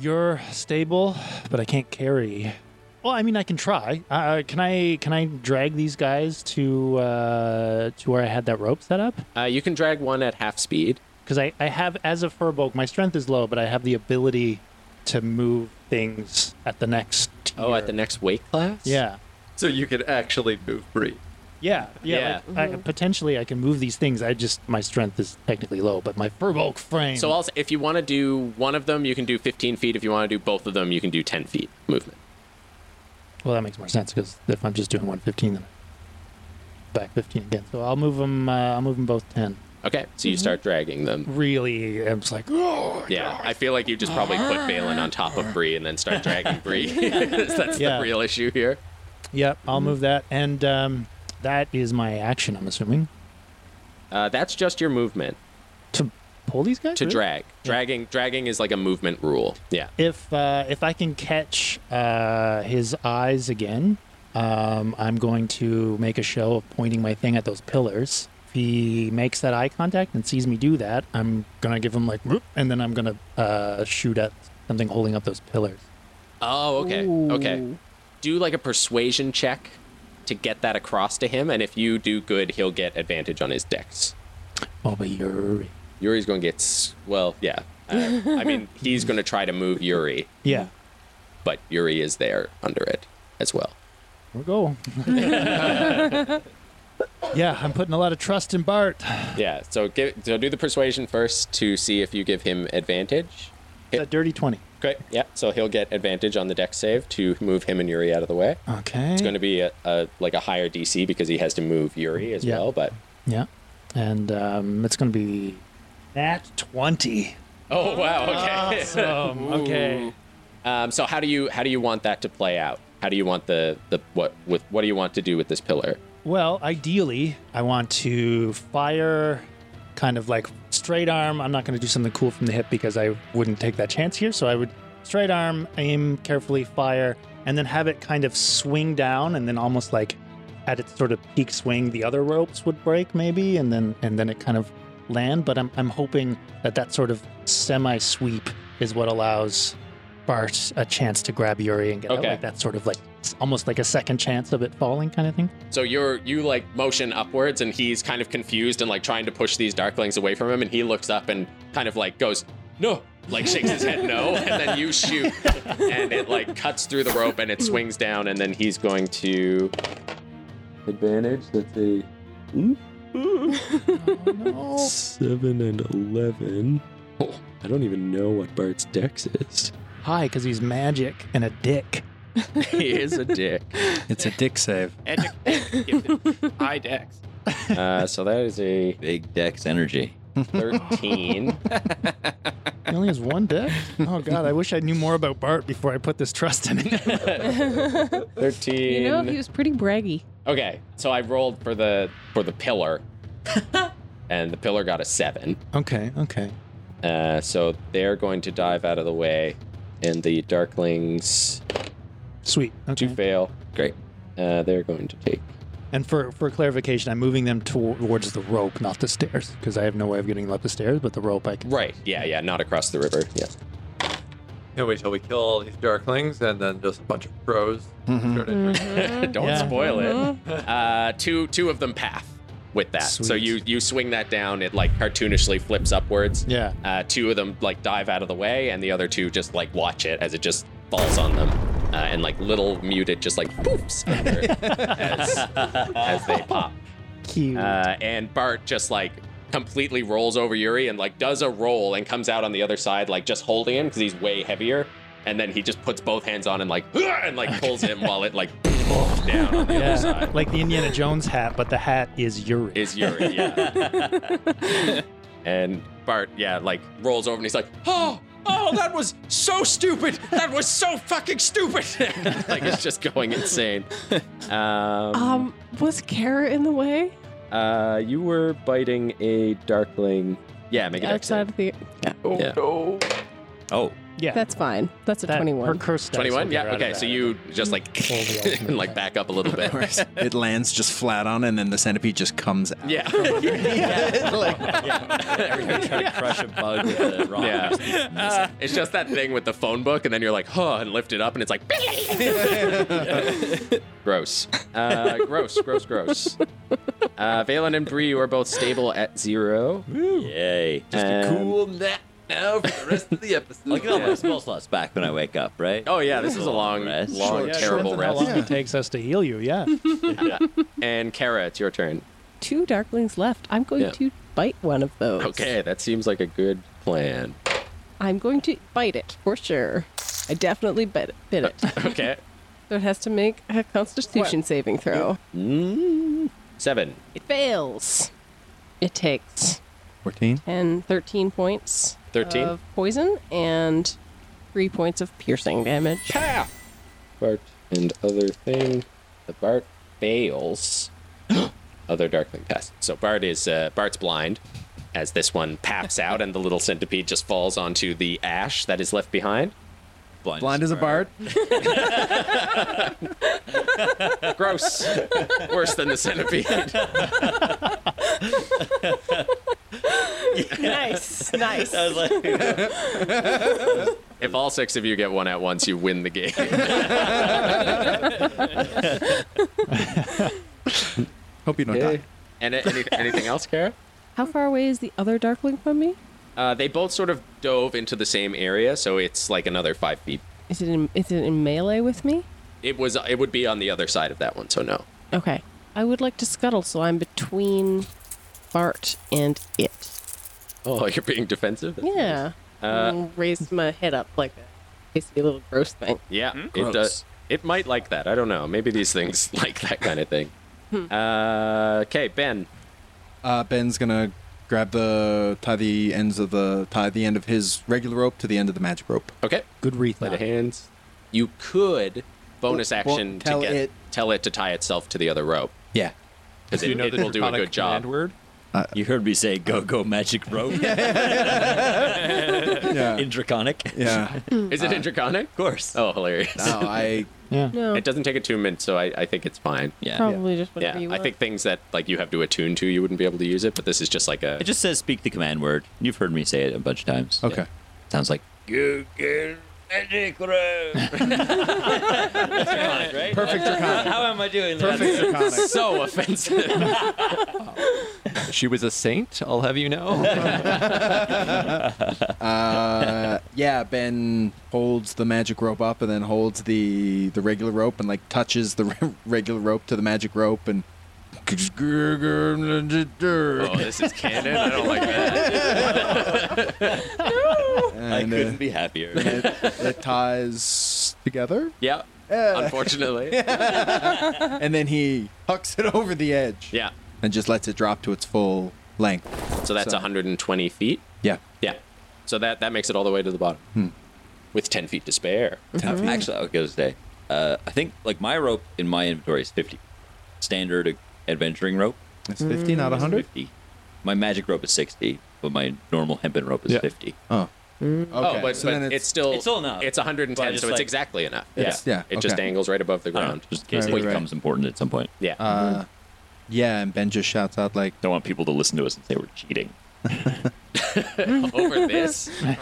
S8: You're stable, but I can't carry. Well, I mean, I can try. Uh, can I? Can I drag these guys to uh, to where I had that rope set up?
S3: uh, you can drag one at half speed
S8: Because I, I have as a furbolg, my strength is low, but I have the ability to move things at the next.
S3: oh at the
S8: tier.
S3: next weight class
S8: Yeah.
S6: So you could actually move Bree.
S8: Yeah, yeah.
S3: Yeah.
S8: like, I, potentially, I can move these things. I just my strength is technically low, but my furbolg frame.
S3: so also if you want to do one of them you can do 15 feet if you want to do both of them you can do 10 feet movement
S8: well, that makes more sense because if I'm just doing one fifteen, then back fifteen again. So I'll move them. Uh, I'll move them both ten.
S3: okay so
S8: Mm-hmm.
S3: you start dragging them
S8: Really, I'm just like, oh,
S3: yeah i feel like you just probably put balin on top of bree and then start dragging bree that's
S8: Ah. Yeah.
S3: the real issue here
S8: Yep, I'll move that, and um, that is my action. I'm assuming
S3: uh, that's just your movement
S8: to pull these guys
S3: to
S8: really?
S3: drag. Dragging dragging is like a movement rule. Yeah.
S8: If uh, if I can catch uh, his eyes again, um, I'm going to make a show of pointing my thing at those pillars. If he makes that eye contact and sees me do that, I'm gonna give him like, "Whoop," and then I'm gonna uh, shoot at something holding up those pillars.
S3: Oh, okay. Okay. Do like a persuasion check to get that across to him and if you do good, he'll get advantage on his dex.
S8: Oh, but Yuri.
S3: Yuri's going to get s- well, yeah. Uh, I mean, he's going to try to move Yuri,
S8: Yeah,
S3: but Yuri is there under it as well.
S8: we're going. yeah, I'm putting a lot of trust in Bart.
S3: Yeah, so give so do the persuasion first to see if you give him advantage.
S8: It's a dirty twenty.
S3: Great. Yeah, so he'll get advantage on the dex save to move him and Yuri out of the way.
S8: Okay.
S3: It's going to be a, a like a higher DC because he has to move Yuri as
S8: Yeah.
S3: well, but
S8: Yeah. And um, it's going to be nat 20.
S3: Oh wow! Okay.
S8: Awesome. Okay.
S3: Um, so how do you how do you want that to play out? How do you want the the what with what do you want to do with this pillar?
S8: Well, ideally, I want to fire kind of like straight arm. I'm not going to do something cool from the hip because I wouldn't take that chance here. So I would straight arm, aim carefully, fire, and then have it kind of swing down and then almost like at its sort of peak swing, the other ropes would break maybe and then and then it kind of land, but I'm I'm hoping that that sort of semi sweep is what allows Bart a chance to grab Yuri and get out
S3: Okay.
S8: like that sort of like it's almost like a second chance of it falling kind of thing.
S3: So you're you like motion upwards, and he's kind of confused and like trying to push these darklings away from him, and he looks up and kind of like goes no, like shakes his head no, and then you shoot, and it like cuts through the rope and it swings down, and then he's going to advantage. That's a
S11: Seven and eleven. Oh, I don't even know what Bart's dex is.
S8: Hi, because he's magic and a dick.
S5: he is a dick.
S7: It's a dick save.
S9: High dex.
S3: Uh, so that is a
S5: big dex energy.
S3: Thirteen.
S8: He only has one dick. Oh god, I wish I knew more about Bart before I put this trust in him.
S3: thirteen.
S4: You know, he was pretty braggy.
S3: Okay, so I rolled for the for the pillar, and the pillar got a seven.
S8: okay, okay.
S3: Uh, so they're going to dive out of the way, and the darklings
S8: Sweet. Okay.
S3: to fail. Great. Uh, they're going to take.
S8: And for, for clarification, I'm moving them to- towards the rope, not the stairs, because I have no way of getting them up the stairs, but the rope I can.
S3: Right. Yeah. Yeah. Not across the river. Yes.
S2: And wait till we kill all these darklings and then just a bunch of crows. start entering.
S8: Mm-hmm.
S3: Don't
S8: Yeah.
S3: spoil it. Uh, two two of them path with that. So
S8: Sweet.
S3: you you swing that down. It like cartoonishly flips upwards.
S8: Yeah.
S3: Uh, two of them like dive out of the way, and the other two just like watch it as it just falls on them, uh, and like little muted just like poofs under it as, as they pop.
S8: Cute.
S3: Uh, and Bart just like completely rolls over Yuri and like does a roll and comes out on the other side like just holding him because he's way heavier. And then he just puts both hands on and like and like pulls him while it like down on the other
S8: yeah.
S3: side.
S8: like the Indiana Jones hat, but the hat is Yuri.
S3: Is Yuri, yeah. and Bart, yeah, like rolls over and he's like, oh, oh, that was so stupid. That was so fucking stupid. like it's just going insane. Um,
S4: Um, was Kara in the way?
S3: Uh, you were biting a darkling. Yeah, make it
S4: Outside of the.
S2: Oh
S3: Yeah.
S2: no.
S5: Oh,
S8: yeah.
S4: That's fine. That's a
S8: that- Her
S4: 21.
S8: curse dice will
S3: Twenty-one.
S8: get her
S3: Yeah.
S8: out of
S3: Okay.
S8: that.
S3: So you just like
S8: Pull the ultimate
S3: and like back up a little bit.
S7: it lands just flat on, and then the centipede just comes out.
S3: Yeah.
S5: Everybody trying to crush a bug with a rock.
S3: Yeah. it's just that thing with the phone book, and then you're like, huh, and lift it up, and it's like, gross, uh, gross, gross, gross. Uh, Valen and Bree, you are both stable at zero.
S5: Yay.
S3: Just a
S2: Cool nap now for the rest of the episode.
S5: I'll get all my spell slots back when I wake up, right?
S3: Oh yeah, this is a long,
S5: Rest.
S3: long,
S2: Yeah,
S3: terrible
S2: depends on how
S3: rest.
S8: How long it takes us to heal you, yeah.
S3: And Kara, it's your turn.
S4: Two darklings left. I'm going
S3: Yeah.
S4: to bite one of those.
S3: Okay, that seems like a good plan.
S4: I'm going to bite it for sure. I definitely bit it. Bit it.
S3: Okay,
S4: so it has to make a Constitution saving throw.
S3: seven.
S4: It fails. It takes
S7: 14.
S4: 10, 13 points
S3: 13?
S4: of poison and three points of piercing damage.
S3: Bart and other thing. The Bart fails. other Darkling pass. So Bart is uh, Bart's blind as this one paps out and the little centipede just falls onto the ash that is left behind.
S5: Blind,
S7: Blind as a bard.
S3: Uh, Gross. Worse than the centipede.
S4: nice. Nice.
S5: I was like,
S3: If all six of you get one at once, you win the game.
S7: Hope you don't die.
S3: and uh, any, anything else, Kara?
S4: How far away is the other darkling from me?
S3: Uh, they both sort of dove into the same area, so it's like another five feet.
S4: Is it in, is it in melee with me?
S3: It was. It would be on the other side of that one, so no.
S4: Okay. I would like to scuttle, so I'm between Bart and it.
S3: Oh, you're being defensive.
S4: Yeah. I'll raise my head up like that. It's a little gross thing.
S3: Yeah, it
S7: Gross.
S3: does. It might like that.
S7: Hmm.
S3: I don't know. Maybe these things like that kind of thing. Uh, okay, Ben.
S7: Uh, Ben's gonna grab the tie the ends of the tie the end of his regular rope to the end of the magic rope.
S3: Okay.
S8: Good wreath.
S3: By the hands. You could bonus
S7: Well, well,
S3: action
S7: tell
S3: to get
S7: it-
S3: tell it to tie itself to the other rope.
S7: Yeah.
S3: Because
S7: Do
S3: it,
S7: you know
S3: it
S7: the
S3: will do a
S7: draconic
S3: good job.
S7: command
S3: Word?
S7: Uh,
S5: You heard me say go go magic rope. yeah. In Draconic.
S7: Yeah.
S3: Is it in Draconic? Of
S5: course.
S3: Oh, hilarious.
S7: Uh, No, I-
S8: Yeah.
S4: No.
S3: It doesn't take attunement, so I, I think it's fine. Yeah.
S4: Probably just whatever
S3: Yeah,
S4: you
S3: I
S4: want.
S3: think things that like you have to attune to, you wouldn't be able to use it. But this is just like a.
S5: It just says speak the command word. You've heard me say it a bunch of times.
S7: Okay.
S5: Sounds like
S12: You can magic room.
S5: Perfect draconic.
S12: How am I doing?
S5: Perfect draconic.
S3: So offensive.
S13: She was a saint, I'll have you know.
S7: Uh, yeah, Ben holds the magic rope up and then holds the the regular rope and like touches the re- regular rope to the magic rope and.
S3: Oh, this is canon. I don't like that.
S5: I
S7: And, uh,
S5: couldn't be happier.
S7: It, it ties together.
S3: Yeah.
S7: Yeah.
S3: Unfortunately.
S7: and then he hucks it over the edge.
S3: Yeah.
S7: And just lets it drop to its full length.
S3: So that's
S7: So-
S3: 120 feet.
S7: Yeah.
S3: Yeah. So that that makes it all the way to the bottom.
S7: Hmm.
S3: With 10 feet to spare.
S5: Uh, Actually, I would go today. Uh, I think like my rope in my inventory is 50. Standard a- adventuring rope.
S7: It's 50, not 100?
S5: 50. My magic rope is 60, but my normal hempen rope is 50.
S7: Oh.
S5: Okay.
S3: Mm. Oh, but, but it's, still
S5: It's still enough.
S3: It's 110,
S5: But I just,
S3: so it's
S5: like-
S3: exactly enough.
S5: Yeah.
S3: Yeah.
S5: Yeah,
S3: It just
S5: okay.
S3: angles right above the
S5: I don't know,
S3: ground.
S5: just in case
S7: Right,
S5: it
S7: right, right.
S5: becomes important at some point.
S3: Yeah.
S7: Uh, yeah, and Ben just shouts out like,
S5: "Don't want people to listen to us and say we're cheating."
S3: Over this.
S7: yeah,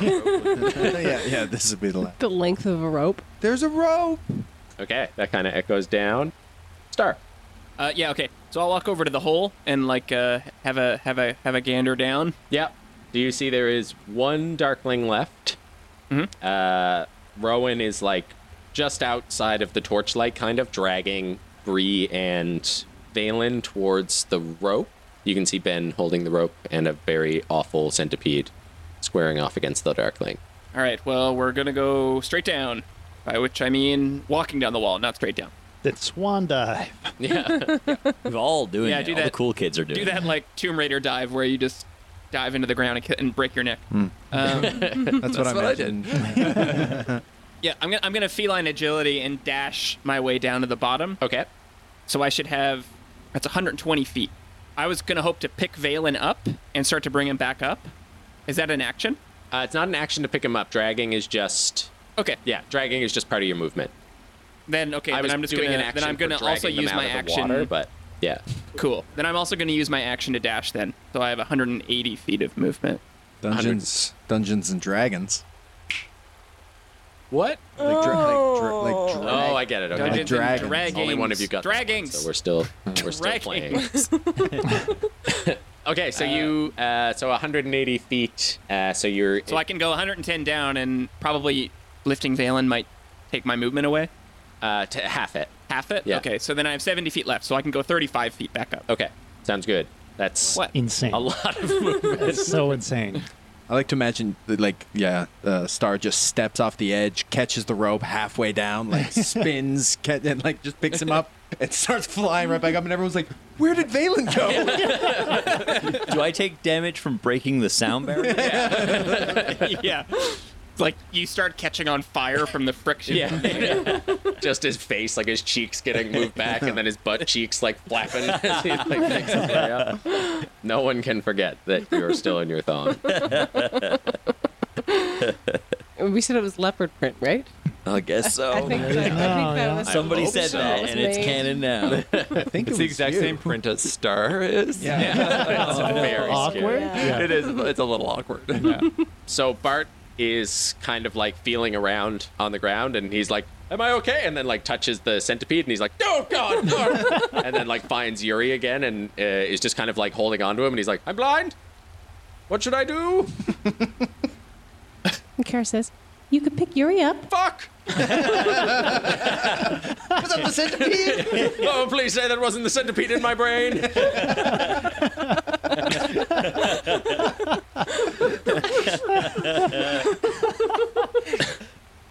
S7: yeah, this would be the last.
S4: The length of a rope.
S7: There's a rope.
S3: Okay, that kind of echoes down. Star.
S9: Uh, yeah. Okay. So I'll walk over to the hole and like uh, have a have a have a gander down.
S3: Yeah. Do you see there is one Darkling left? Mm-hmm. Uh, Rowan is like just outside of the torchlight, kind of dragging Bree and Valen towards the rope. You can see Ben holding the rope and a very awful centipede squaring off against the Darkling.
S9: All right. Well, we're gonna go straight down, by which I mean walking down the wall, not straight down.
S8: That swan dive.
S9: Yeah.
S5: We've all doing
S9: Yeah,
S5: it.
S9: do
S5: all the
S9: that-
S5: cool kids are doing
S9: Do that like Tomb Raider dive where you just dive into the ground and, ki- and break your neck.
S6: Hmm.
S9: Um,
S7: That's what I imagined.
S9: Yeah, I'm gonna I'm gonna feline agility and dash my way down to the bottom.
S3: Okay.
S9: So I should have that's 120 feet. I was gonna hope to pick Valen up and start to bring him back up. Is that an action?
S3: Uh, it's not an action to pick him up. Dragging is just.
S9: Okay.
S3: Yeah, dragging is just part of your movement.
S9: Then okay,
S3: I
S9: then
S3: was
S9: I'm just
S3: doing
S9: gonna
S3: an action
S9: then I'm
S3: for
S9: gonna also
S3: dragging them
S9: use
S3: out
S9: my
S3: of the
S9: action.
S3: water, but yeah.
S9: Cool. Then I'm also gonna use my action to dash then. So I have 180 feet of movement.
S7: Dungeons, Dungeons and Dragons.
S3: What?
S7: Like, dra- like, dra- like
S3: Oh, I get it. Okay.
S7: Dungeons and Dragons.
S3: Only one of you got that one,
S9: Dragons.
S3: so we're still we're still playing. okay, so you uh, so 180 feet. Uh, so you're
S9: So I can go 110 down and probably lifting Valen might take my movement away.
S3: Uh, to half it.
S9: Half it.
S3: Yeah.
S9: Okay. So then I have 70 feet left, so I can go 35 feet back up.
S3: okay. Sounds good. That's
S9: What?
S8: Insane.
S3: A lot of movement.
S8: That's so insane.
S7: I like to imagine that, like, yeah, uh, Star just steps off the edge, catches the rope halfway down, like spins, ca- and like just picks him up and starts flying right back up. And everyone's like, "Where did Valen go?"
S5: it. Do I take damage from breaking the sound barrier?
S9: yeah. It's like you start catching on fire from the friction.
S3: Yeah. Just his face, like his cheeks getting moved back, and then his butt cheeks like flapping. as he, like, makes his way up. No one can forget that you're still in your thong.
S4: We said it was leopard print, right?
S5: I guess so.
S4: I think, that, I think that was
S5: Somebody
S4: that
S5: said
S4: was
S5: that, and it's
S4: made.
S5: canon now.
S7: I think
S13: it's the exact same print as Star is.
S7: Yeah.
S13: it's very
S8: awkward?
S13: Awkward.
S8: Yeah.
S13: It is. It's a little awkward.
S3: So Bart is kind of like feeling around on the ground, and he's like, "Am I okay?" And then like touches the centipede, and he's like, "No, God, no!" and then like finds Yuri again, and uh, is just kind of like holding onto him, and he's like, "I'm blind. What should I do?
S14: And Kara says, You could pick Yuri up.
S3: Fuck!
S7: Was that the centipede?
S3: oh, please say that wasn't the centipede in my brain."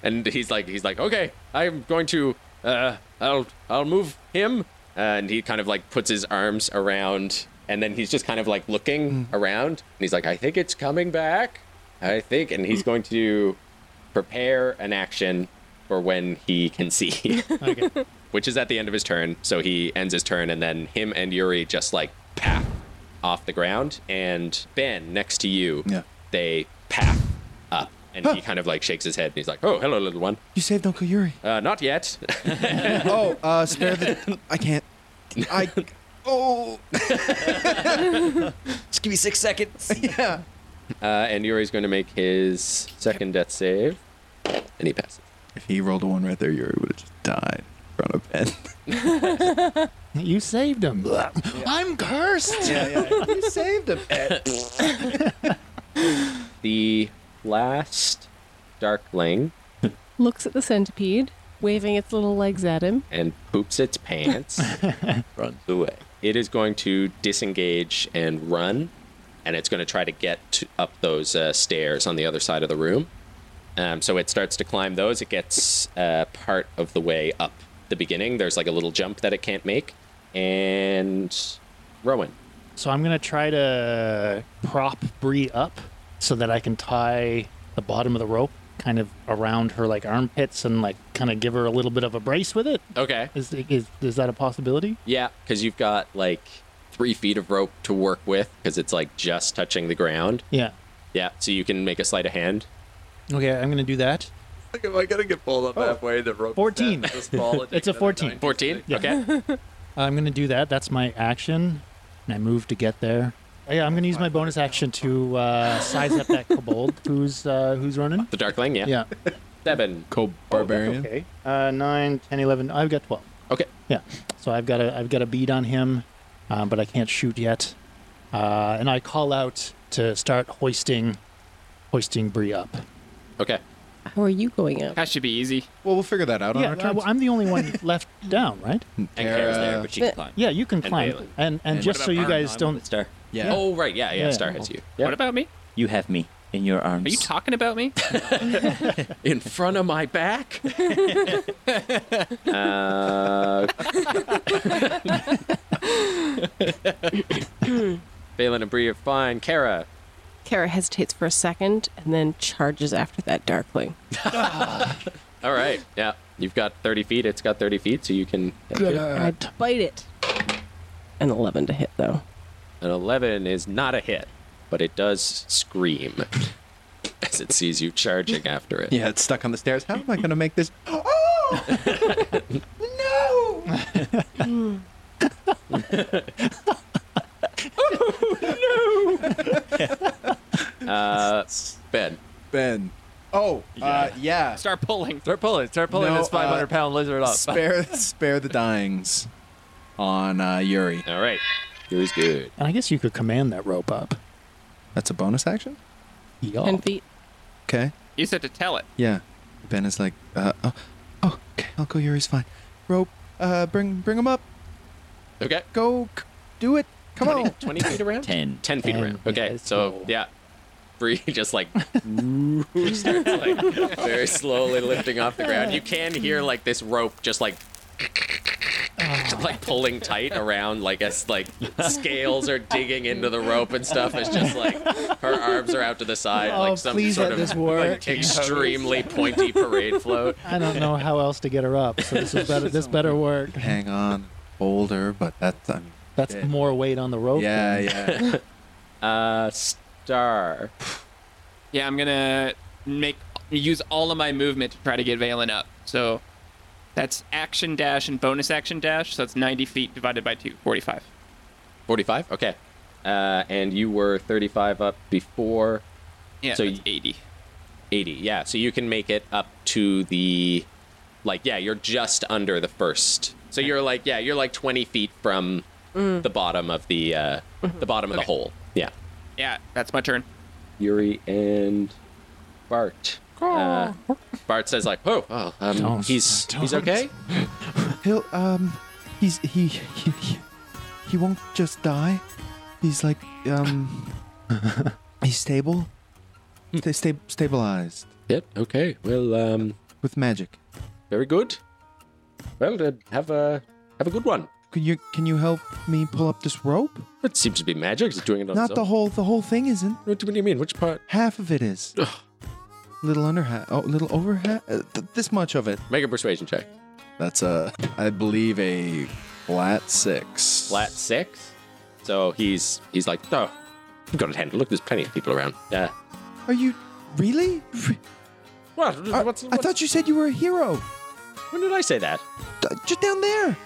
S3: and he's like he's like okay i'm going to uh i'll i'll move him and he kind of like puts his arms around And then he's just kind of like looking around and he's like, I think it's coming back. I think. And he's going to prepare an action for when he can see, which is at the end of his turn. So he ends his turn and then him and Yuri just like paf off the ground. And Ben, next to you,
S10: Yeah.
S3: they paf up. And he kind of like shakes his head and he's like, Oh, hello, little one.
S10: You saved Uncle Yuri.
S3: Uh, not yet.
S10: oh, uh, spare the. I can't. I. Oh.
S5: Just give me six seconds.
S10: yeah.
S3: Uh, and Yuri's going to make his second death save, and he passes.
S7: If he rolled a one right there, Yuri would have just died in front of Ben.
S8: You saved him. Ah, I'm cursed.
S10: you saved him.
S3: The last Darkling
S4: Looks at the centipede, waving its little legs at him.
S3: and poops its pants, runs away. It is going to disengage and run, and it's going to try to get to, up those uh, stairs on the other side of the room. Um, so it starts to climb those. It gets uh, part of the way up the beginning. There's like a little jump that it can't make. And Rowan.
S8: So I'm gonna try to prop Bree up so that I can tie the bottom of the rope kind of around her like armpits and like kind of give her a little bit of a brace with it.
S3: Okay.
S8: Is is, is that a possibility?
S3: Yeah, because you've got like three feet of rope to work with because it's like just touching the ground.
S8: Yeah.
S3: Yeah, so you can make a sleight of hand.
S8: Okay, I'm gonna do that.
S2: Like, am I gonna get pulled up halfway? The rope.
S8: 14.
S2: snaps, this ball, it
S8: Oh. It's a
S2: takes another
S8: 14.
S3: 14?
S8: Yeah.
S3: Okay.
S8: I'm gonna do that. That's my action, and I move to get there. Oh, yeah, I'm gonna use my bonus action to uh, size up that kobold who's uh, who's running.
S3: The Darkling, yeah.
S8: Yeah.
S3: Seven.
S7: Cold
S8: Barbarian. okay. Uh, 9, 10, 11. I've got 12.
S3: Okay.
S8: Yeah. So I've got a I've got a bead on him, um, but I can't shoot yet. Uh, and I call out to start hoisting, hoisting Bree up.
S3: Okay.
S4: How are you going up?
S9: That should be easy.
S7: Well, we'll figure that out
S8: yeah. well, I'm the only one left down, right?
S5: And Kara's there, but she can
S8: But-
S5: climb.
S8: Yeah, you can
S5: And
S8: climb.
S5: Balin.
S8: And and,
S5: And
S8: just
S5: what
S8: so
S5: about
S8: you guys
S5: Arnon?
S8: don't.
S5: Star.
S7: Yeah.
S3: Oh, right. Yeah, yeah.
S8: Yeah.
S3: Star hits you.
S9: What about me?
S5: You have me in your arms.
S9: Are you talking about me?
S3: In front of my back? uh, Balin and Bree are fine. Kara.
S4: Kara hesitates for a second and then charges after that darkling.
S3: All right. Yeah. You've got 30 feet. It's got 30 feet, so you can.
S4: I bite it. An 11 to hit, though.
S3: An 11 is not a hit, but it does scream as it sees you charging after it.
S7: Yeah, it's stuck on the stairs. How am I gonna make this? Oh!
S3: Uh, ben.
S7: Ben. Oh, uh, yeah.
S9: Start pulling.
S2: Start pulling. Start pulling
S7: No,
S2: this 500
S7: uh,
S2: pound lizard up.
S7: Spare, spare the dyings on uh, Yuri.
S3: All right. Yuri's good.
S8: And I guess you could command that rope up.
S7: That's a bonus action.
S4: 10 feet.
S7: Okay.
S9: You said to tell it.
S7: Yeah.
S10: Ben is like, uh, oh, oh, okay, Uncle Yuri's fine. Rope, uh, bring, bring him up.
S3: Okay.
S10: Go, c- do it. Come on.
S3: 20 feet around?
S5: Ten.
S3: 10 feet
S8: Ten,
S3: around.
S8: yeah,
S3: Okay.
S8: it's
S3: so,
S8: cool.
S3: yeah. Bree just like, starts, like very slowly lifting off the ground. You can hear like this rope just like like pulling tight around like as like scales are digging into the rope and stuff it's just like her arms are out to the side
S8: Oh,
S3: like some
S8: please
S3: sort
S8: let
S3: of
S8: this work.
S3: like, extremely pointy parade float
S8: I don't know how else to get her up. So this is better. This better work.
S7: Hang on. Older, but that's. I mean,
S8: That's
S7: Yeah.
S8: more weight on the rope.
S7: yeah,
S8: than-
S7: yeah.
S3: uh star
S9: Yeah, I'm gonna make use all of my movement to try to get Valen up. So that's action dash and bonus action dash. So that's 90 feet divided by two, 45.
S3: 45 okay uh and you were 35 up before
S9: Yeah,
S3: So
S9: so that's
S3: y-
S9: 80.
S3: 80 yeah so you can make it up to the like yeah you're just under the first so you're like yeah you're like 20 feet from the bottom of the uh the bottom of the
S9: Okay.
S3: hole yeah
S9: Yeah, that's my turn.
S3: Yuri and Bart. Uh, Bart says like, "Oh, well, um,
S8: Don't.
S3: he's he's
S8: Don't.
S3: okay."
S10: He'll, um, he's, he, he, he, he won't just die. He's like, um, he's stable.
S7: Hmm.
S10: Sta- sta- stabilized
S3: Yep. Okay. Well, um,
S10: with magic.
S3: very good. Well, uh, have a have a good one.
S10: Can you can you help me pull up this rope?
S3: It seems to be magic. It's doing it on
S10: Not the whole the whole thing isn't.
S3: What, do you mean? Which part?
S10: Half of it is. little under half. Oh, little over half. Uh, th- this much of it.
S3: Make a persuasion check.
S15: That's a, I believe a flat six.
S3: Flat six. So he's he's like, oh, you've got it handled. Look, there's plenty of people around. Yeah.
S10: Are you really?
S3: What?
S10: I, I thought you said you were a hero.
S3: When did I say that?
S10: D- just down there.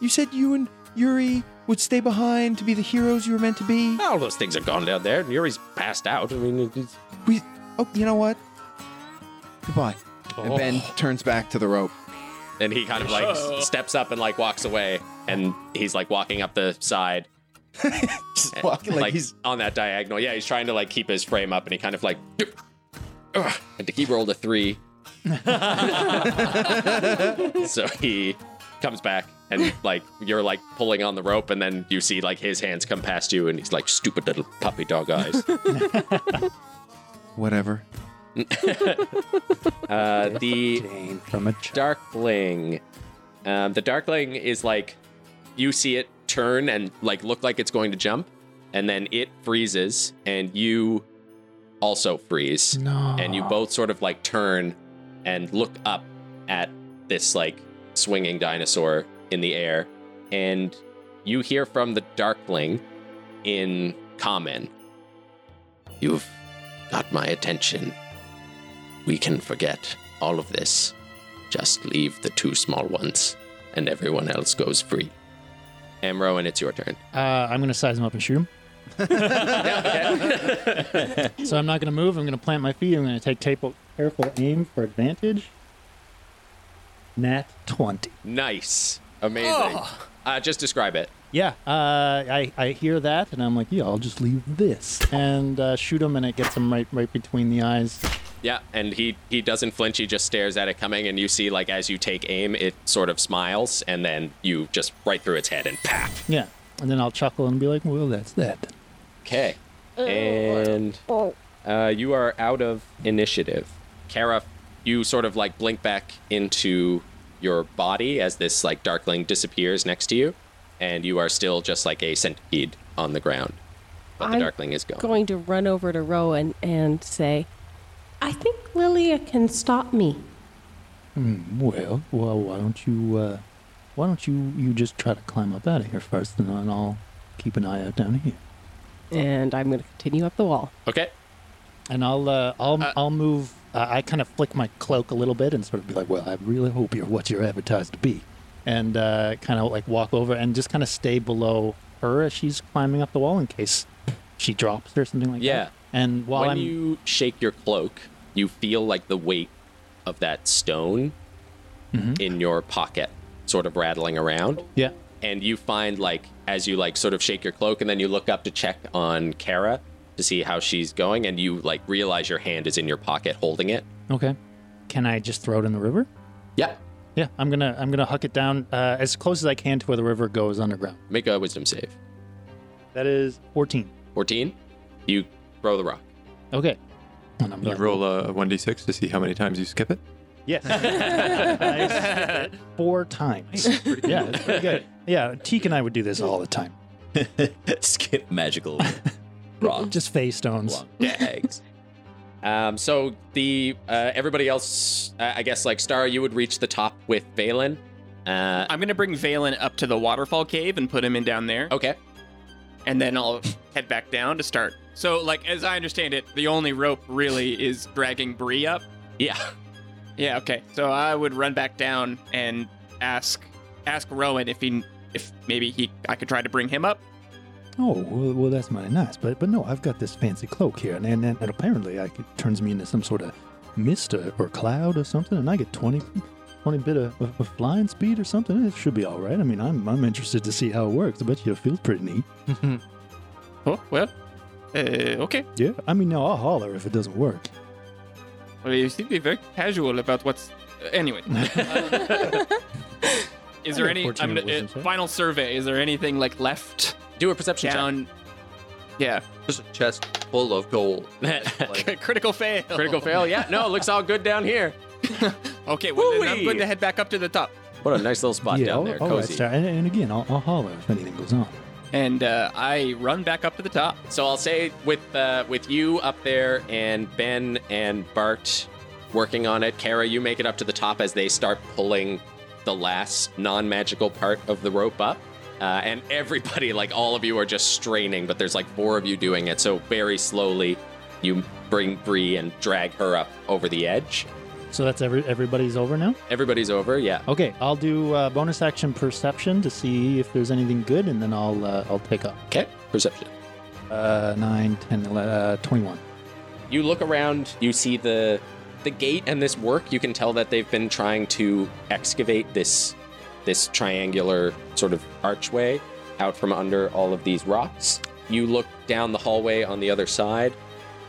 S10: You said you and Yuri would stay behind to be the heroes you were meant to be.
S3: All those things are gone down there. and Yuri's passed out. I mean, it's,
S10: We. Oh, you know what? Goodbye.
S15: And Ben turns back to the rope.
S3: and he kind of like s-
S15: Oh.
S3: steps up and like walks away, and he's like walking up the side. Just
S15: walking like he's-
S3: on that diagonal. Yeah, he's trying to like keep his frame up, and he kind of like. Ugh. And he rolled a three, so he comes back and like you're like pulling on the rope, and then you see like his hands come past you, and he's like stupid little puppy dog eyes.
S10: Whatever.
S3: Uh, the Darkling. Um, the Darkling is like you see it turn and like look like it's going to jump, and then it freezes, and you also freeze,
S8: No.
S3: and you both sort of like turn and look up at this like swinging dinosaur in the air, and you hear from the Darkling in common. You've got my attention. We can forget all of this. Just leave the two small ones, and everyone else goes free. Amro, and it's your turn.
S8: Uh, I'm going to size him up and shoot him. so I'm not going to move. I'm going to plant my feet. I'm going to take tape- careful aim for advantage. Nat 20.
S3: Nice. Amazing. Uh, just describe it.
S8: Yeah, uh, I, I hear that, and I'm like, yeah, I'll just leave this. And uh, shoot him, and it gets him right, right between the eyes.
S3: Yeah, and he, he doesn't flinch. He just stares at it coming, and you see, like, as you take aim, it sort of smiles, and then you just right through its head and pap.
S8: Yeah, and then I'll chuckle and be like, well, that's that.
S3: Okay. And uh, you are out of initiative. Kara, you sort of like blink back into your body as this like darkling disappears next to you, and you are still just like a centipede on the ground. But the
S4: I'm
S3: darkling is gone.
S4: going to run over to Rowan and say, I think Lilia can stop me.
S8: Hmm, well, well, why don't you, uh, why don't you, you just try to climb up out of here first, and then I'll keep an eye out down here.
S4: And I'm going to continue up the wall.
S3: Okay.
S8: And I'll, uh, I'll, I'll move. Uh, I kind of flick my cloak a little bit and sort of be like, "Well, I really hope you're what you're advertised to be," and uh, kind of like walk over and just kind of stay below her as she's climbing up the wall in case she drops or something like
S3: Yeah.
S8: that. And while
S3: when
S8: I'm
S3: you shake your cloak, you feel like the weight of that stone
S8: Mhm.
S3: in your pocket sort of rattling around.
S8: Yeah.
S3: And you find like as you like sort of shake your cloak and then you look up to check on Kara to see how she's going and you like realize your hand is in your pocket holding it.
S8: Okay. Can I just throw it in the river?
S3: Yeah.
S8: Yeah, I'm gonna I'm gonna huck it down uh, as close as I can to where the river goes underground.
S3: Make a wisdom save.
S8: That is 14.
S3: 14. You throw the rock.
S8: Okay.
S2: You roll a 1d6 to see how many times you skip it.
S8: Yes. I skipped it Four times. yeah, that's pretty good. Yeah, Teek and I would do this all the time.
S5: Skip magical.
S8: Just face stones.
S5: Eggs.
S3: Um, so the uh, everybody else, uh, I guess, like Star, you would reach the top with Valen. Uh,
S9: I'm gonna bring Valen up to the waterfall cave and put him in down there.
S3: Okay.
S9: And then I'll head back down to start. So, like as I understand it, the only rope really is dragging Bree up.
S3: Yeah.
S9: Yeah. Okay. So I would run back down and ask ask Rowan if he if maybe he I could try to bring him up.
S8: Oh, well, well, that's mighty nice. But but no, I've got this fancy cloak here, and, and, and apparently I could, turns me into some sort of mist or, or cloud or something, and I get 20, 20 bit of, of, of flying speed or something. It should be all right. I mean, I'm, I'm interested to see how it works. I bet you it feels pretty neat.
S9: Oh well. Uh, okay.
S8: Yeah, I mean, now I'll holler if it doesn't work.
S9: Well, you seem to be very casual about what's. uh, anyway. Uh, is there
S8: I'm
S9: any
S8: unfortunate
S9: I'm,
S8: it
S9: gonna- uh,
S8: wasn't, sir.
S9: final survey? Is there anything like left?
S3: Do a perception
S9: down. Yeah.
S2: Just a chest full of gold. Like,
S9: Critical fail.
S3: Critical fail. Yeah. No, it looks all good down here.
S9: okay. Well, then I'm
S3: Woo-wee.
S9: going to head back up to the top.
S3: What a nice little spot
S8: yeah, oh,
S3: down
S8: I'll-
S3: there,
S8: I'll
S3: cozy.
S8: rest out. And, and again, I'll, I'll holler if anything goes on.
S9: And uh, I run back up to the top.
S3: So I'll say with uh, with you up there and Ben and Bart working on it, Kara, you make it up to the top as they start pulling the last non-magical part of the rope up. Uh, and everybody, like all of you, are just straining, but there's like four of you doing it. So very slowly, you bring Bree and drag her up over the edge.
S8: So that's every everybody's over now.
S3: Everybody's over, yeah.
S8: Okay, I'll do uh, bonus action perception to see if there's anything good, and then I'll uh, I'll pick up.
S3: Okay, perception.
S8: Uh, 9, 10, 11, uh, 21.
S3: You look around, you see the the gate and this work. You can tell that they've been trying to excavate this this triangular sort of archway out from under all of these rocks. You look down the hallway on the other side.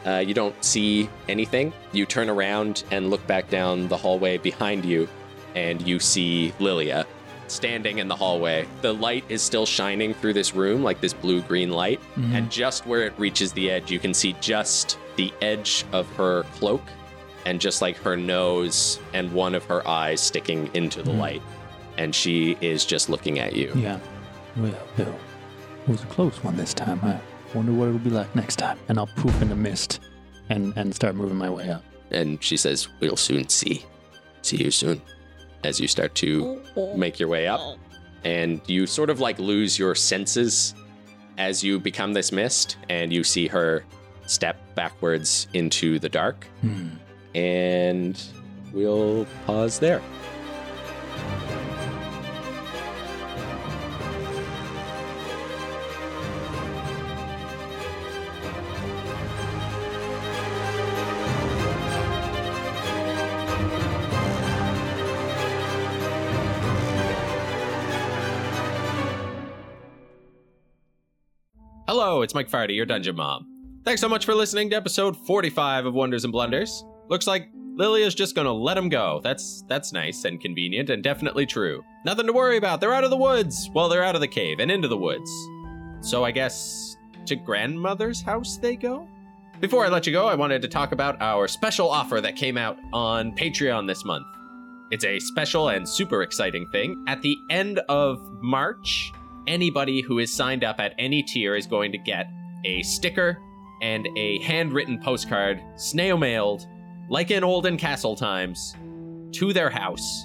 S3: Uh, you don't see anything. You turn around and look back down the hallway behind you, and you see Lilia standing in the hallway. The light is still shining through this room, like this blue green light.
S16: Mhm.
S3: And just where it reaches the edge, you can see just the edge of her cloak and just like her nose and one of her eyes sticking into the
S8: Mhm.
S3: light. And she is just looking at you.
S8: Yeah. Well, Bill, it was a close one this time. I wonder what it'll be like next time. And I'll poof into mist and, and start moving my way up.
S3: And she says, We'll soon see. See you soon. As you start to make your way up. And you sort of like lose your senses as you become this mist. And you see her step backwards into the dark.
S8: Hmm.
S3: And we'll pause there. Hello, it's Mike Farty, your Dungeon Mom. Thanks so much for listening to episode 45 of Wonders and Blunders. Looks like Lilia's just gonna let 'em go. That's that's nice and convenient and definitely true. Nothing to worry about. They're out of the woods. Well, they're out of the cave and into the woods. So I guess to grandmother's house they go? Before I let you go, I wanted to talk about our special offer that came out on Patreon this month. It's a special and super exciting thing. At the end of March, anybody who is signed up at any tier is going to get a sticker and a handwritten postcard, snail mailed, like in olden castle times, to their house.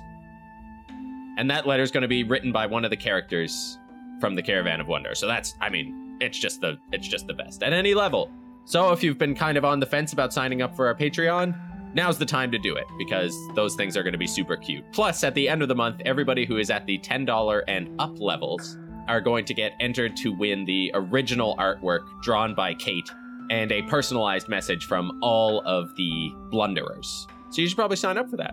S3: And that letter is going to be written by one of the characters from the Caravan of Wonder. So that's, I mean, it's just the it's just the best at any level. So if you've been kind of on the fence about signing up for our Patreon, now's the time to do it because those things are going to be super cute. Plus, at the end of the month, everybody who is at the $10 and up levels are going to get entered to win the original artwork drawn by Kate and a personalized message from all of the blunderers. So you should probably sign up for that.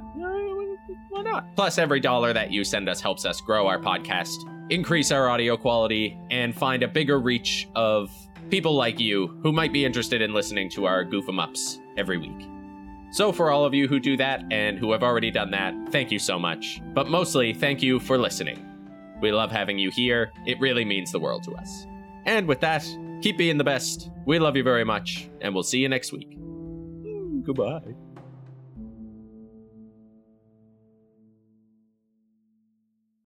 S3: Why not? Plus, every dollar that you send us helps us grow our podcast, increase our audio quality, and find a bigger reach of people like you who might be interested in listening to our goof 'em ups every week. So, for all of you who do that and who have already done that, thank you so much. But mostly, thank you for listening. We love having you here. It really means the world to us. And with that, keep being the best. We love you very much, and we'll see you next week. Goodbye.